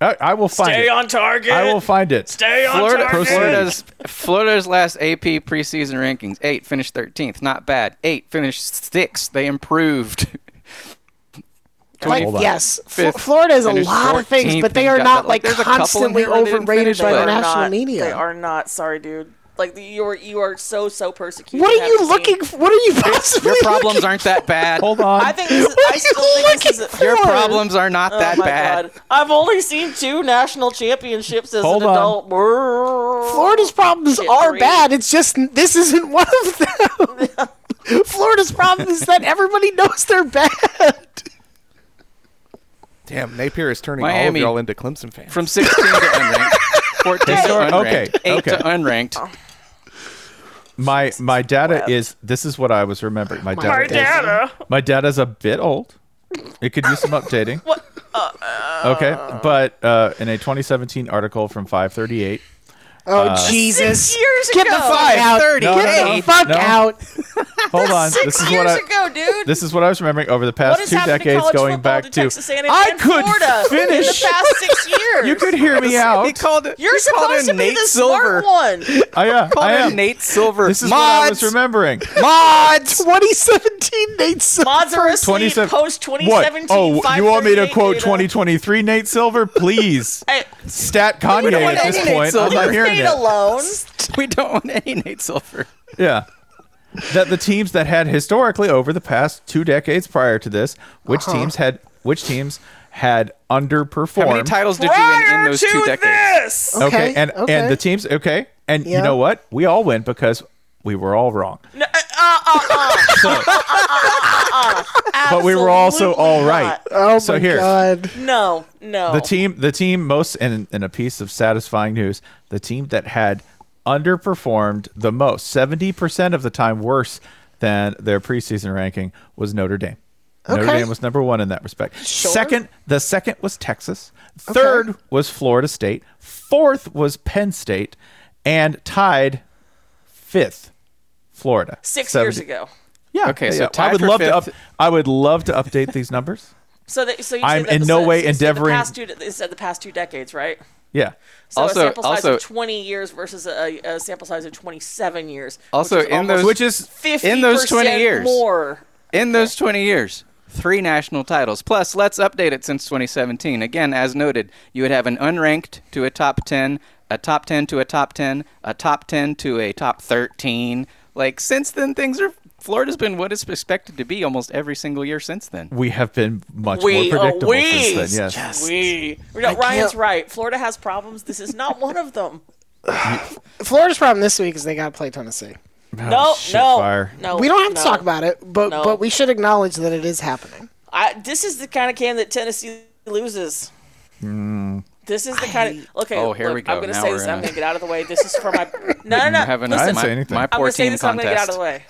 [SPEAKER 2] I, I will find it.
[SPEAKER 4] target.
[SPEAKER 2] I will find it. Stay
[SPEAKER 3] Florida,
[SPEAKER 2] Proceed.
[SPEAKER 3] Florida's, Florida's last AP preseason rankings, eight, finished 13th. Not bad. Eight, finished sixth. They improved.
[SPEAKER 5] Like,
[SPEAKER 2] Hold on.
[SPEAKER 5] yes, Fl-
[SPEAKER 3] Fifth,
[SPEAKER 5] Florida is a
[SPEAKER 3] finished
[SPEAKER 5] lot of things,
[SPEAKER 3] 14th,
[SPEAKER 5] but they
[SPEAKER 3] and
[SPEAKER 5] are
[SPEAKER 3] got
[SPEAKER 5] not
[SPEAKER 3] that-
[SPEAKER 5] like
[SPEAKER 3] like, there's a couple
[SPEAKER 5] constantly
[SPEAKER 3] in there that didn't
[SPEAKER 5] overrated
[SPEAKER 3] finish,
[SPEAKER 5] by
[SPEAKER 3] but
[SPEAKER 5] the
[SPEAKER 3] are
[SPEAKER 5] national
[SPEAKER 4] not,
[SPEAKER 5] media.
[SPEAKER 4] They are not. Sorry, dude. Like the- you are, you are so so persecuted.
[SPEAKER 5] what are
[SPEAKER 4] having
[SPEAKER 5] you
[SPEAKER 4] seen-
[SPEAKER 5] looking? For? What are you possibly?
[SPEAKER 3] Your problems
[SPEAKER 5] looking-
[SPEAKER 3] aren't that bad.
[SPEAKER 2] Hold on.
[SPEAKER 4] I think this is,
[SPEAKER 5] What
[SPEAKER 4] I
[SPEAKER 5] are
[SPEAKER 4] still
[SPEAKER 5] you
[SPEAKER 4] think this
[SPEAKER 5] looking
[SPEAKER 4] is.
[SPEAKER 5] for?
[SPEAKER 3] Your problems are not
[SPEAKER 4] Oh
[SPEAKER 3] that
[SPEAKER 4] my
[SPEAKER 3] bad.
[SPEAKER 4] god! I've only seen two national championships as
[SPEAKER 2] Hold
[SPEAKER 4] an
[SPEAKER 2] on.
[SPEAKER 4] adult.
[SPEAKER 5] Florida's problems
[SPEAKER 4] Shit,
[SPEAKER 5] are
[SPEAKER 4] three.
[SPEAKER 5] bad. It's just n- this isn't one of them. Florida's problem is that everybody knows they're bad.
[SPEAKER 6] Damn, Napier is turning all of
[SPEAKER 3] Miami.
[SPEAKER 6] y'all into Clemson fans.
[SPEAKER 3] From 16 to unranked, 14 to
[SPEAKER 2] Historic-
[SPEAKER 3] unranked,
[SPEAKER 2] okay,
[SPEAKER 3] 8 to
[SPEAKER 2] okay.
[SPEAKER 4] Oh.
[SPEAKER 3] unranked.
[SPEAKER 2] my my data is this is what I was remembering. My data. is-
[SPEAKER 4] data.
[SPEAKER 2] My data's a bit old. It could use some updating. okay, but uh, in a 2017 article from 538.
[SPEAKER 5] Oh
[SPEAKER 3] Uh,
[SPEAKER 5] Jesus!
[SPEAKER 4] years
[SPEAKER 5] Get the
[SPEAKER 4] ago.
[SPEAKER 5] fuck out!
[SPEAKER 2] No,
[SPEAKER 5] Get
[SPEAKER 2] no, no,
[SPEAKER 5] the fuck
[SPEAKER 2] no.
[SPEAKER 5] out!
[SPEAKER 2] Hold on, this
[SPEAKER 4] Six
[SPEAKER 2] is what
[SPEAKER 4] years
[SPEAKER 2] I.
[SPEAKER 4] ago, dude.
[SPEAKER 2] This is what I was remembering over the
[SPEAKER 4] what
[SPEAKER 2] past
[SPEAKER 4] has
[SPEAKER 2] two
[SPEAKER 4] happened to
[SPEAKER 2] decades,
[SPEAKER 4] college
[SPEAKER 2] going
[SPEAKER 4] football
[SPEAKER 2] back
[SPEAKER 4] to
[SPEAKER 2] to.
[SPEAKER 4] Texas A&M
[SPEAKER 2] I
[SPEAKER 4] and
[SPEAKER 2] could
[SPEAKER 4] Florida in the
[SPEAKER 2] finish.
[SPEAKER 4] past six years.
[SPEAKER 2] You could hear me out.
[SPEAKER 3] He called it,
[SPEAKER 4] You're
[SPEAKER 3] he called
[SPEAKER 4] supposed
[SPEAKER 3] her
[SPEAKER 4] to be
[SPEAKER 3] Nate
[SPEAKER 4] the
[SPEAKER 3] Silver.
[SPEAKER 4] smart one.
[SPEAKER 2] I, yeah,
[SPEAKER 3] Called
[SPEAKER 2] I
[SPEAKER 3] her
[SPEAKER 2] am.
[SPEAKER 3] Nate Silver.
[SPEAKER 2] This is what I was
[SPEAKER 3] Mods.
[SPEAKER 2] remembering.
[SPEAKER 3] Mods.
[SPEAKER 5] 2017 Nate Silver.
[SPEAKER 4] Mods are asleep
[SPEAKER 2] 27
[SPEAKER 4] post
[SPEAKER 2] What?
[SPEAKER 4] 2017.
[SPEAKER 2] Oh, you want me to
[SPEAKER 4] 538
[SPEAKER 2] quote
[SPEAKER 4] data.
[SPEAKER 2] 2023 Nate Silver? Please.
[SPEAKER 4] Hey,
[SPEAKER 2] Stat Kanye
[SPEAKER 3] don't want
[SPEAKER 2] at this
[SPEAKER 3] any Nate
[SPEAKER 2] point. I'm
[SPEAKER 3] Silver.
[SPEAKER 2] not
[SPEAKER 3] Leave
[SPEAKER 2] hearing
[SPEAKER 4] Nate
[SPEAKER 2] it.
[SPEAKER 4] alone.
[SPEAKER 3] We don't want any Nate Silver.
[SPEAKER 2] Yeah. That the teams that had historically over the past two decades prior to this, which teams had which teams had underperformed.
[SPEAKER 3] Uh-huh. How many titles did you win in
[SPEAKER 4] Prior
[SPEAKER 3] those
[SPEAKER 4] to
[SPEAKER 3] two decades?
[SPEAKER 4] this,
[SPEAKER 2] Okay,
[SPEAKER 5] Okay,
[SPEAKER 2] and
[SPEAKER 5] okay.
[SPEAKER 2] and the teams okay. And
[SPEAKER 5] Yeah.
[SPEAKER 2] you know what? We all win because we were all wrong.
[SPEAKER 4] uh,
[SPEAKER 2] but we were also all
[SPEAKER 4] Absolutely
[SPEAKER 2] right.
[SPEAKER 4] not.
[SPEAKER 5] Oh
[SPEAKER 2] so
[SPEAKER 5] my
[SPEAKER 2] here,
[SPEAKER 5] god!
[SPEAKER 4] No, no.
[SPEAKER 2] The team, the team most, and in a piece of satisfying news, the team that had underperformed the most, seventy percent of the time worse than their preseason ranking, was Notre Dame. Notre
[SPEAKER 5] Okay.
[SPEAKER 2] Dame was number one in that respect. Second, the second was Texas. Third was Florida State. Fourth was Penn State, and tied fifth, Florida.
[SPEAKER 4] Six years
[SPEAKER 2] 70
[SPEAKER 4] ago.
[SPEAKER 2] Yeah.
[SPEAKER 3] Okay, so
[SPEAKER 2] yeah.
[SPEAKER 3] tied
[SPEAKER 2] I would
[SPEAKER 3] for
[SPEAKER 2] love
[SPEAKER 3] fifth.
[SPEAKER 2] to up, I would love to update these numbers.
[SPEAKER 4] So, that, so you
[SPEAKER 2] I'm
[SPEAKER 4] said that-
[SPEAKER 2] in
[SPEAKER 4] so-
[SPEAKER 2] no way
[SPEAKER 4] so you said
[SPEAKER 2] endeavoring-
[SPEAKER 4] The past two, de- you said the past two decades, right?
[SPEAKER 2] Yeah.
[SPEAKER 4] So
[SPEAKER 3] Also-
[SPEAKER 4] a sample size
[SPEAKER 3] also-
[SPEAKER 4] of 20 years versus a, a sample size of 27 years.
[SPEAKER 3] Also,
[SPEAKER 4] which is
[SPEAKER 3] in those
[SPEAKER 4] almost
[SPEAKER 2] Which is
[SPEAKER 4] 50
[SPEAKER 3] in those 20 years.
[SPEAKER 4] more.
[SPEAKER 3] In those 20 years, three national titles. Plus, let's update it since 2017. Again, as noted, you would have an unranked to a top 10, a top 10 to a top 10, a top 10 to a top 13. Like, since then, things are. Florida's been what it's expected to be almost every single year since then.
[SPEAKER 2] we have been much
[SPEAKER 4] We,
[SPEAKER 2] more
[SPEAKER 4] oh,
[SPEAKER 2] predictable
[SPEAKER 4] we,
[SPEAKER 2] since then. Yes.
[SPEAKER 4] we. No, Ryan's right. Florida has problems. This is not one of them.
[SPEAKER 5] Florida's problem this week is they got to play Tennessee.
[SPEAKER 4] no,
[SPEAKER 2] Oh, shit
[SPEAKER 4] no,
[SPEAKER 2] fire.
[SPEAKER 4] no.
[SPEAKER 5] We don't have to
[SPEAKER 4] no.
[SPEAKER 5] talk about it, but
[SPEAKER 4] No.
[SPEAKER 5] but we should acknowledge that it is happening.
[SPEAKER 4] I, this is the kind of game that Tennessee loses.
[SPEAKER 2] Hmm.
[SPEAKER 4] This is the kind of okay.
[SPEAKER 3] Oh, here
[SPEAKER 4] look,
[SPEAKER 3] we go.
[SPEAKER 4] I'm gonna
[SPEAKER 3] Now
[SPEAKER 4] say
[SPEAKER 3] we're
[SPEAKER 4] this.
[SPEAKER 3] in
[SPEAKER 4] I'm
[SPEAKER 3] a-
[SPEAKER 4] gonna get out of the way. This is for my no, no, no.
[SPEAKER 3] Having
[SPEAKER 4] Listen,
[SPEAKER 2] say anything.
[SPEAKER 3] my
[SPEAKER 2] I'm
[SPEAKER 4] I'm
[SPEAKER 3] poor
[SPEAKER 4] gonna say
[SPEAKER 3] team
[SPEAKER 4] this. I'm gonna get out
[SPEAKER 3] contest.
[SPEAKER 4] of the way.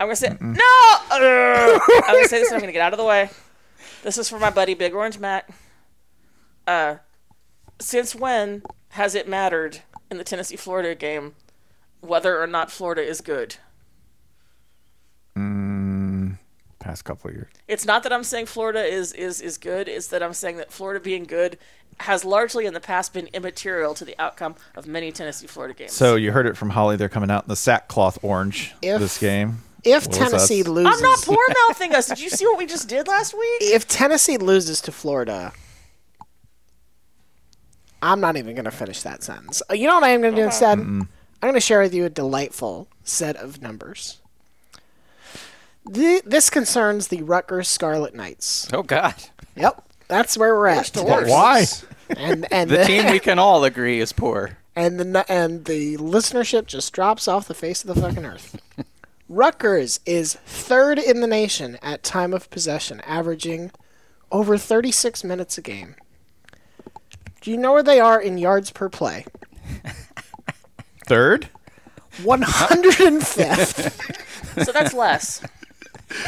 [SPEAKER 4] I'm gonna say no. Ugh. I'm gonna say this. I'm gonna get out of the way. This is for my buddy Big Orange Matt. Uh, since when has it mattered in the Tennessee Florida game whether or not Florida is good?
[SPEAKER 2] Past couple of years.
[SPEAKER 4] it's not that I'm saying Florida is is is good. It's that I'm saying that Florida being good has largely in the past been immaterial to the outcome of many Tennessee Florida games.
[SPEAKER 2] So you heard it from Holly. They're coming out in the sackcloth orange
[SPEAKER 5] If-
[SPEAKER 2] this game.
[SPEAKER 5] If
[SPEAKER 2] What was
[SPEAKER 5] Tennessee
[SPEAKER 2] us?
[SPEAKER 5] loses,
[SPEAKER 4] I'm not poor mouthing us. Did you see what we just did last week?
[SPEAKER 5] if Tennessee loses to Florida, I'm not even going to finish that sentence. Uh, You know what I am going to do instead? I'm going to share with you a delightful set of numbers. The, this concerns the Rutgers Scarlet Knights.
[SPEAKER 3] Oh, God.
[SPEAKER 5] Yep, that's where we're at.
[SPEAKER 2] But why?
[SPEAKER 5] And and
[SPEAKER 3] The team we can all agree is poor.
[SPEAKER 5] and the nu- and the listenership just drops off the face of the fucking earth. Rutgers is third in the nation at time of possession, averaging over 36 minutes a game. Do you know where they are in yards per play?
[SPEAKER 2] Third?
[SPEAKER 5] 105th.
[SPEAKER 4] So that's less.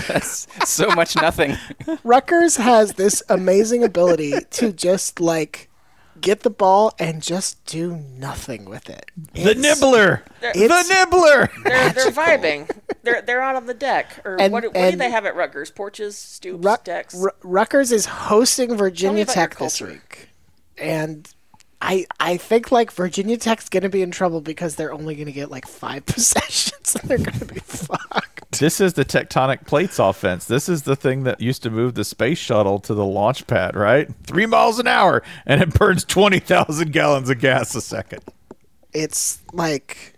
[SPEAKER 3] So much nothing.
[SPEAKER 5] Rutgers has this amazing ability to just like get the ball and just do nothing with it.
[SPEAKER 2] The nibbler.
[SPEAKER 5] It's-
[SPEAKER 2] The nibbler.
[SPEAKER 4] They're they're vibing. They're they're out on the deck. Or
[SPEAKER 5] And-
[SPEAKER 4] what, do- what do
[SPEAKER 5] and-
[SPEAKER 4] they have at Rutgers? Porches, stoops,
[SPEAKER 5] Ru-
[SPEAKER 4] decks.
[SPEAKER 5] Ru- Rutgers is hosting Virginia
[SPEAKER 4] about your
[SPEAKER 5] Tech this
[SPEAKER 4] culture.
[SPEAKER 5] week, and I I think like Virginia Tech's gonna be in trouble because they're only gonna get like five possessions and they're gonna be fucked.
[SPEAKER 2] This is the tectonic plates offense. This is the thing that used to move the space shuttle to the launch pad, right? Three miles an hour, and it burns 20,000 gallons of gas a second.
[SPEAKER 5] It's like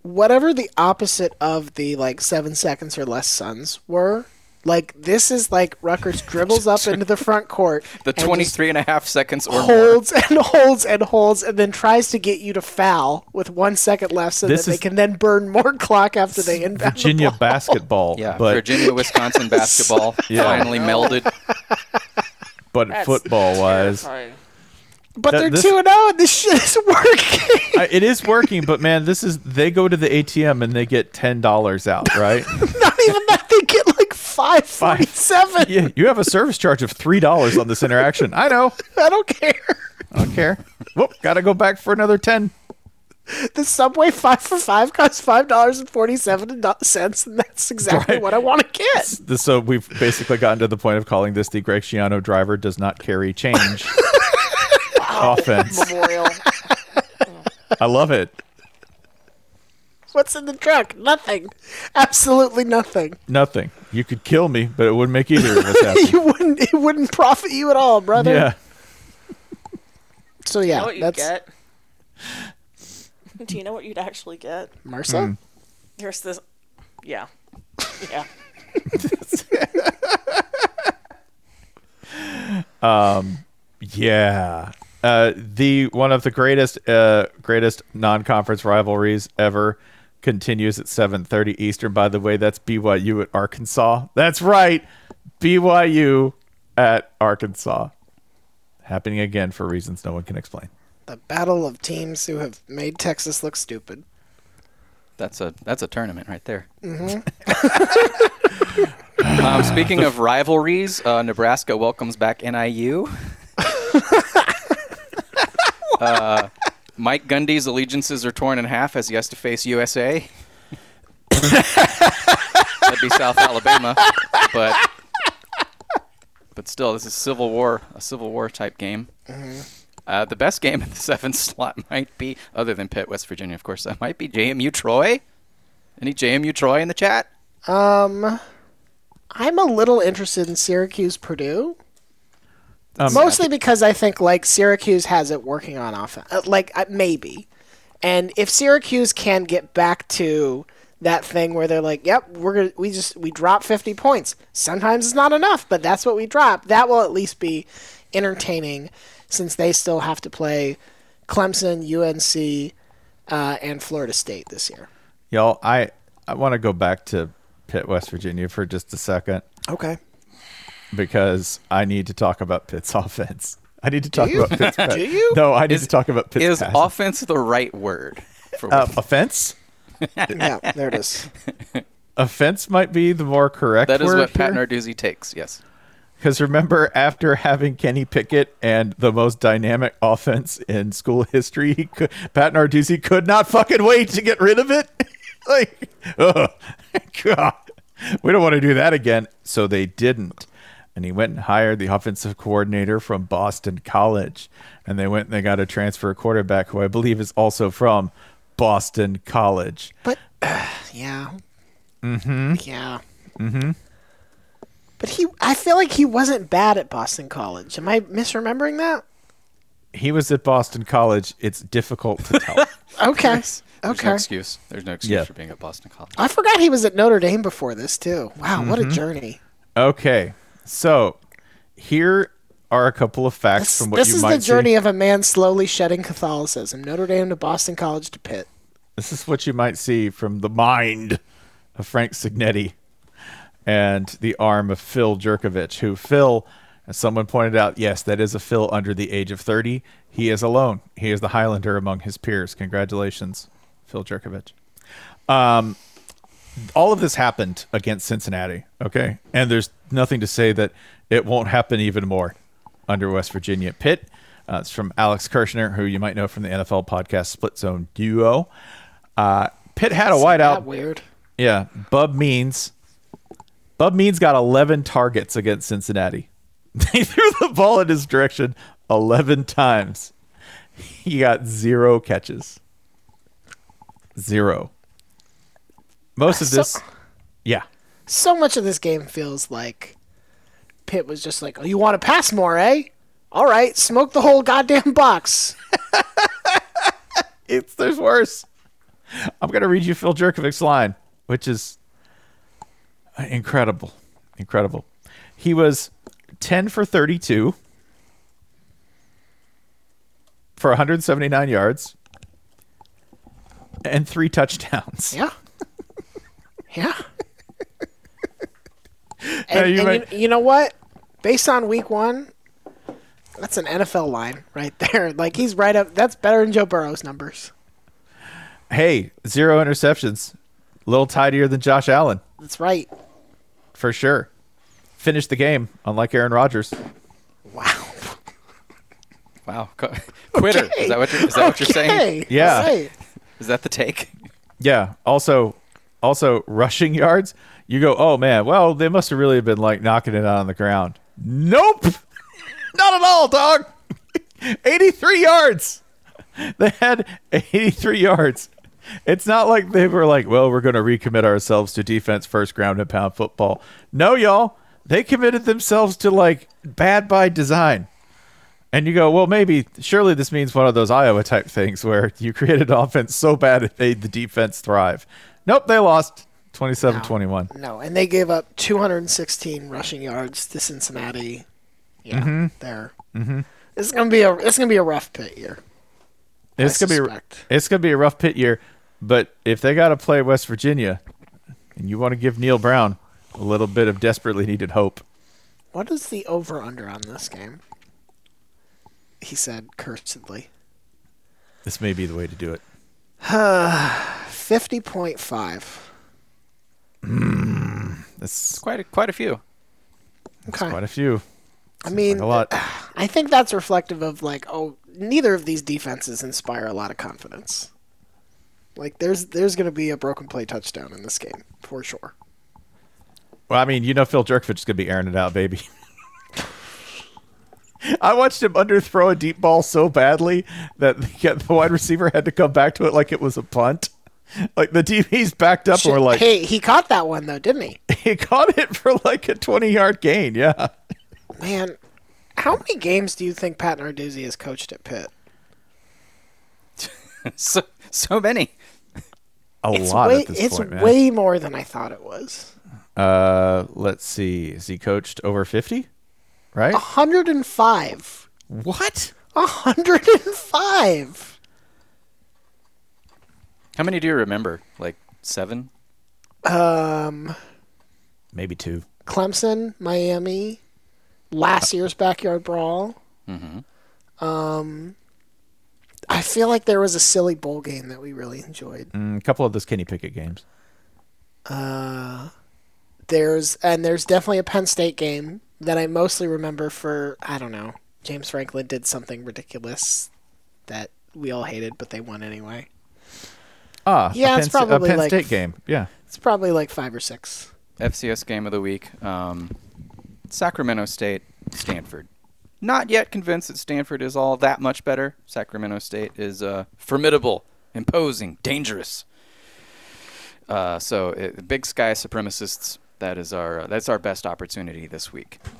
[SPEAKER 5] whatever the opposite of the like seven seconds or less suns were. Like this is like Rutgers dribbles up into the front court.
[SPEAKER 3] The
[SPEAKER 5] and just
[SPEAKER 3] 23 and a half seconds or more.
[SPEAKER 5] holds and holds and holds and then tries to get you to foul with one second left so
[SPEAKER 2] This
[SPEAKER 5] that they
[SPEAKER 2] is-
[SPEAKER 5] can then burn more clock after they inbound
[SPEAKER 2] Virginia
[SPEAKER 5] the ball.
[SPEAKER 2] basketball.
[SPEAKER 3] Yeah,
[SPEAKER 2] but,
[SPEAKER 3] Virginia, Wisconsin basketball
[SPEAKER 2] Yeah.
[SPEAKER 3] finally melded.
[SPEAKER 2] but
[SPEAKER 4] That's
[SPEAKER 2] football wise,
[SPEAKER 4] terrifying.
[SPEAKER 5] But
[SPEAKER 2] That-
[SPEAKER 5] they're
[SPEAKER 2] this-
[SPEAKER 5] two and zero, and this shit is working.
[SPEAKER 2] I- it is working, but man, this is they go to the ATM and they get $10 out, right?
[SPEAKER 5] Not even that they get like five forty seven.
[SPEAKER 2] yeah, you have a service charge of $3 on this interaction. I know.
[SPEAKER 5] I don't care.
[SPEAKER 2] I don't care. Whoop, gotta go back for another 10.
[SPEAKER 5] The subway five for five costs five dollars and forty seven cents, and that's exactly
[SPEAKER 2] Right.
[SPEAKER 5] what I want to get.
[SPEAKER 2] This- so we've basically gotten to the point of calling this the Graciano driver does not carry change offense.
[SPEAKER 4] Memorial.
[SPEAKER 2] I love it.
[SPEAKER 5] What's in the truck? Nothing. Absolutely nothing.
[SPEAKER 2] Nothing. You could kill me, but it wouldn't make either of us happy.
[SPEAKER 5] You wouldn't. It wouldn't profit you at all, brother.
[SPEAKER 2] yeah.
[SPEAKER 5] So
[SPEAKER 4] You
[SPEAKER 5] yeah,
[SPEAKER 4] know what you
[SPEAKER 5] that's
[SPEAKER 4] get? Do you know what you'd actually get?
[SPEAKER 5] Marcel.
[SPEAKER 2] Hmm.
[SPEAKER 4] Here's this. Yeah. Yeah.
[SPEAKER 2] Yeah. Uh, the one of the greatest uh, greatest non-conference rivalries ever continues at 7:30 Eastern. By the way, that's BYU at Arkansas. That's right. BYU at Arkansas. Happening again for reasons no one can explain.
[SPEAKER 5] The battle of teams who have made Texas look stupid.
[SPEAKER 3] That's a that's a tournament right there. um, speaking of rivalries, uh, Nebraska welcomes back NIU. uh, Uh, Mike Gundy's allegiances are torn in half as he has to face USA. would be South Alabama, but but still, this is Civil War, a Civil War type game. Uh, the best game in the seventh slot might be, other than Pitt, West Virginia, of course, that might be JMU Troy. Any JMU Troy in the chat?
[SPEAKER 5] Um, I'm a little interested in Syracuse Purdue.
[SPEAKER 2] Um,
[SPEAKER 5] Mostly because I think like Syracuse has it working on offense, uh, like uh, maybe, and if Syracuse can get back to that thing where they're like, "Yep, we're gonna we just we drop 50 points. Sometimes it's not enough, but that's what we drop." That will at least be entertaining, since they still have to play Clemson, UNC, uh, and Florida State this year.
[SPEAKER 2] Y'all, I I want to go back to Pitt, West Virginia for just a second
[SPEAKER 5] Okay.
[SPEAKER 2] because I need to talk about Pitt's offense. I need to talk about Pitt's.
[SPEAKER 5] Do you?
[SPEAKER 2] No, I need to talk about Pitt's
[SPEAKER 3] Is
[SPEAKER 2] pass.
[SPEAKER 3] offense the right word? For
[SPEAKER 2] Uh, offense.
[SPEAKER 5] Yeah, there it is.
[SPEAKER 2] Offense might be the more correct
[SPEAKER 3] that is
[SPEAKER 2] word
[SPEAKER 3] what Pat
[SPEAKER 2] here.
[SPEAKER 3] Narduzzi takes. Yes.
[SPEAKER 2] Because remember, after having Kenny Pickett and the most dynamic offense in school history, he could, Pat Narduzzi could not fucking wait to get rid of it. like, oh, God, we don't want to do that again. So they didn't. And he went and hired the offensive coordinator from Boston College. And they went and they got a transfer quarterback who I believe is also from Boston College.
[SPEAKER 5] But yeah. Mm-hmm. Yeah. Mm-hmm. But he, I feel like he wasn't bad at Boston College. Am I misremembering that?
[SPEAKER 2] He was at Boston College. It's difficult to tell.
[SPEAKER 5] Okay.
[SPEAKER 3] There's no
[SPEAKER 5] Okay.
[SPEAKER 3] excuse. There's no excuse
[SPEAKER 2] Yeah.
[SPEAKER 3] for being at Boston College.
[SPEAKER 5] I forgot he was at Notre Dame before this too. Wow, what a
[SPEAKER 2] Mm-hmm.
[SPEAKER 5] journey!
[SPEAKER 2] Okay, so here are a couple of facts
[SPEAKER 5] This,
[SPEAKER 2] from what
[SPEAKER 5] this
[SPEAKER 2] you
[SPEAKER 5] is
[SPEAKER 2] might
[SPEAKER 5] the journey
[SPEAKER 2] see.
[SPEAKER 5] of a man slowly shedding Catholicism. Notre Dame to Boston College to Pitt.
[SPEAKER 2] This is what you might see from the mind of Frank Signetti and the arm of Phil Jerkovich, who Phil, as someone pointed out, yes, that is a Phil under the age of 30. He is alone. He is the Highlander among his peers. Congratulations, Phil Jerkovich. Um, all of this happened against Cincinnati, okay? And there's nothing to say that it won't happen even more under West Virginia Pitt. Uh, it's from Alex Kirshner, who you might know from the NFL podcast Split Zone Duo. Uh, Pitt had a
[SPEAKER 5] That
[SPEAKER 2] wideout.
[SPEAKER 5] weird.
[SPEAKER 2] Yeah, Bub Means. Bub Means got 11 targets against Cincinnati. They threw the ball in his direction 11 times. He got zero catches. Zero. Most of
[SPEAKER 5] So-
[SPEAKER 2] this. Yeah.
[SPEAKER 5] So much of this game feels like Pitt was just like, "Oh, you want to pass more, eh? All right, smoke the whole goddamn box."
[SPEAKER 2] It's there's worse. I'm gonna read you Phil Jerkovic's line, which is uh, incredible, incredible. He was 10 for 32 for 179 yards and three touchdowns.
[SPEAKER 5] Yeah. Yeah. and
[SPEAKER 2] No,
[SPEAKER 5] and
[SPEAKER 2] you
[SPEAKER 5] you,
[SPEAKER 2] might-
[SPEAKER 5] you know what? Based on week one, that's an NFL line right there. Like he's right up. That's better than Joe Burrow's numbers.
[SPEAKER 2] Hey, zero interceptions. A little tidier than Josh Allen.
[SPEAKER 5] That's right.
[SPEAKER 2] for sure. Finished the game, unlike Aaron Rodgers.
[SPEAKER 3] Wow. Co- Quitter. Is that what you're, is that what you're saying?
[SPEAKER 5] Okay,
[SPEAKER 2] Yeah.
[SPEAKER 5] right.
[SPEAKER 3] Is that the take?
[SPEAKER 2] Yeah. Also, also rushing yards. You go, oh man. Well, they must have really been like knocking it out on the ground. Nope, not at all, dog. Eighty-three yards. They had eighty-three yards. It's not like they were like, well, we're going to recommit ourselves to defense first ground and pound football. No, y'all. They committed themselves to like bad by design. And you go, well, maybe, surely this means one of those Iowa type things where you created an offense so bad it made the defense thrive. Nope, they lost 27 21.
[SPEAKER 5] No, and they gave up 216 rushing yards to Cincinnati. Yeah, there. Mm-hmm. This is gonna be a. This is gonna be a rough pit year.
[SPEAKER 2] It's
[SPEAKER 5] I
[SPEAKER 2] going to
[SPEAKER 5] suspect.
[SPEAKER 2] be it's going to be a rough pit year, but if they got to play West Virginia and you want to give Neil Brown a little bit of desperately needed hope,
[SPEAKER 5] What is the over under on this game? He said cursedly.
[SPEAKER 2] this may be the way to do it.
[SPEAKER 5] 50.5.
[SPEAKER 2] That's
[SPEAKER 3] Quite a, quite a few.
[SPEAKER 5] Okay.
[SPEAKER 2] quite a few.
[SPEAKER 5] I mean, uh,
[SPEAKER 2] Like a lot.
[SPEAKER 5] I think that's reflective of like, oh, neither of these defenses inspire a lot of confidence. Like, there's there's going to be a broken play touchdown in this game for sure.
[SPEAKER 2] Well, I mean, you know, Phil Jerkovich is going to be airing it out, baby. I watched him underthrow a deep ball so badly that the, the wide receiver had to come back to it like it was a punt. Like the DB's backed up and were like,
[SPEAKER 5] hey, he caught that one though, didn't he?
[SPEAKER 2] he caught it for like a 20 yard gain. Yeah.
[SPEAKER 5] Man, how many games do you think Pat Narduzzi has coached at Pitt?
[SPEAKER 3] so so many.
[SPEAKER 2] A
[SPEAKER 5] It's
[SPEAKER 2] lot
[SPEAKER 5] way,
[SPEAKER 2] at this
[SPEAKER 5] it's
[SPEAKER 2] point, man.
[SPEAKER 5] way more than I thought it was.
[SPEAKER 2] uh, let's see. Is he coached over 50? Right?
[SPEAKER 5] Ah. 105.
[SPEAKER 2] What?
[SPEAKER 5] 105.
[SPEAKER 3] How many do you remember? Like seven?
[SPEAKER 5] Um,
[SPEAKER 2] Maybe two.
[SPEAKER 5] Clemson, Miami, last year's backyard brawl. Um, I feel like there was a silly bowl game that we really enjoyed.
[SPEAKER 2] Mm, a couple of those Kenny Pickett games.
[SPEAKER 5] Uh, There's and there's definitely a Penn State game that I mostly remember for I don't know. James Franklin did something ridiculous that we all hated, but they won anyway.
[SPEAKER 2] Ah,
[SPEAKER 5] Yeah,
[SPEAKER 2] a Penn,
[SPEAKER 5] it's
[SPEAKER 2] Sta-
[SPEAKER 5] probably
[SPEAKER 2] a Penn
[SPEAKER 5] like-
[SPEAKER 2] State game. Yeah.
[SPEAKER 5] It's probably like five or six.
[SPEAKER 3] FCS game of the week. Um, Sacramento State, Stanford. Not yet convinced that Stanford is all that much better. Sacramento State is uh, formidable, imposing, dangerous. Uh, so, it, Big Sky supremacists. That is our that's our best opportunity this week.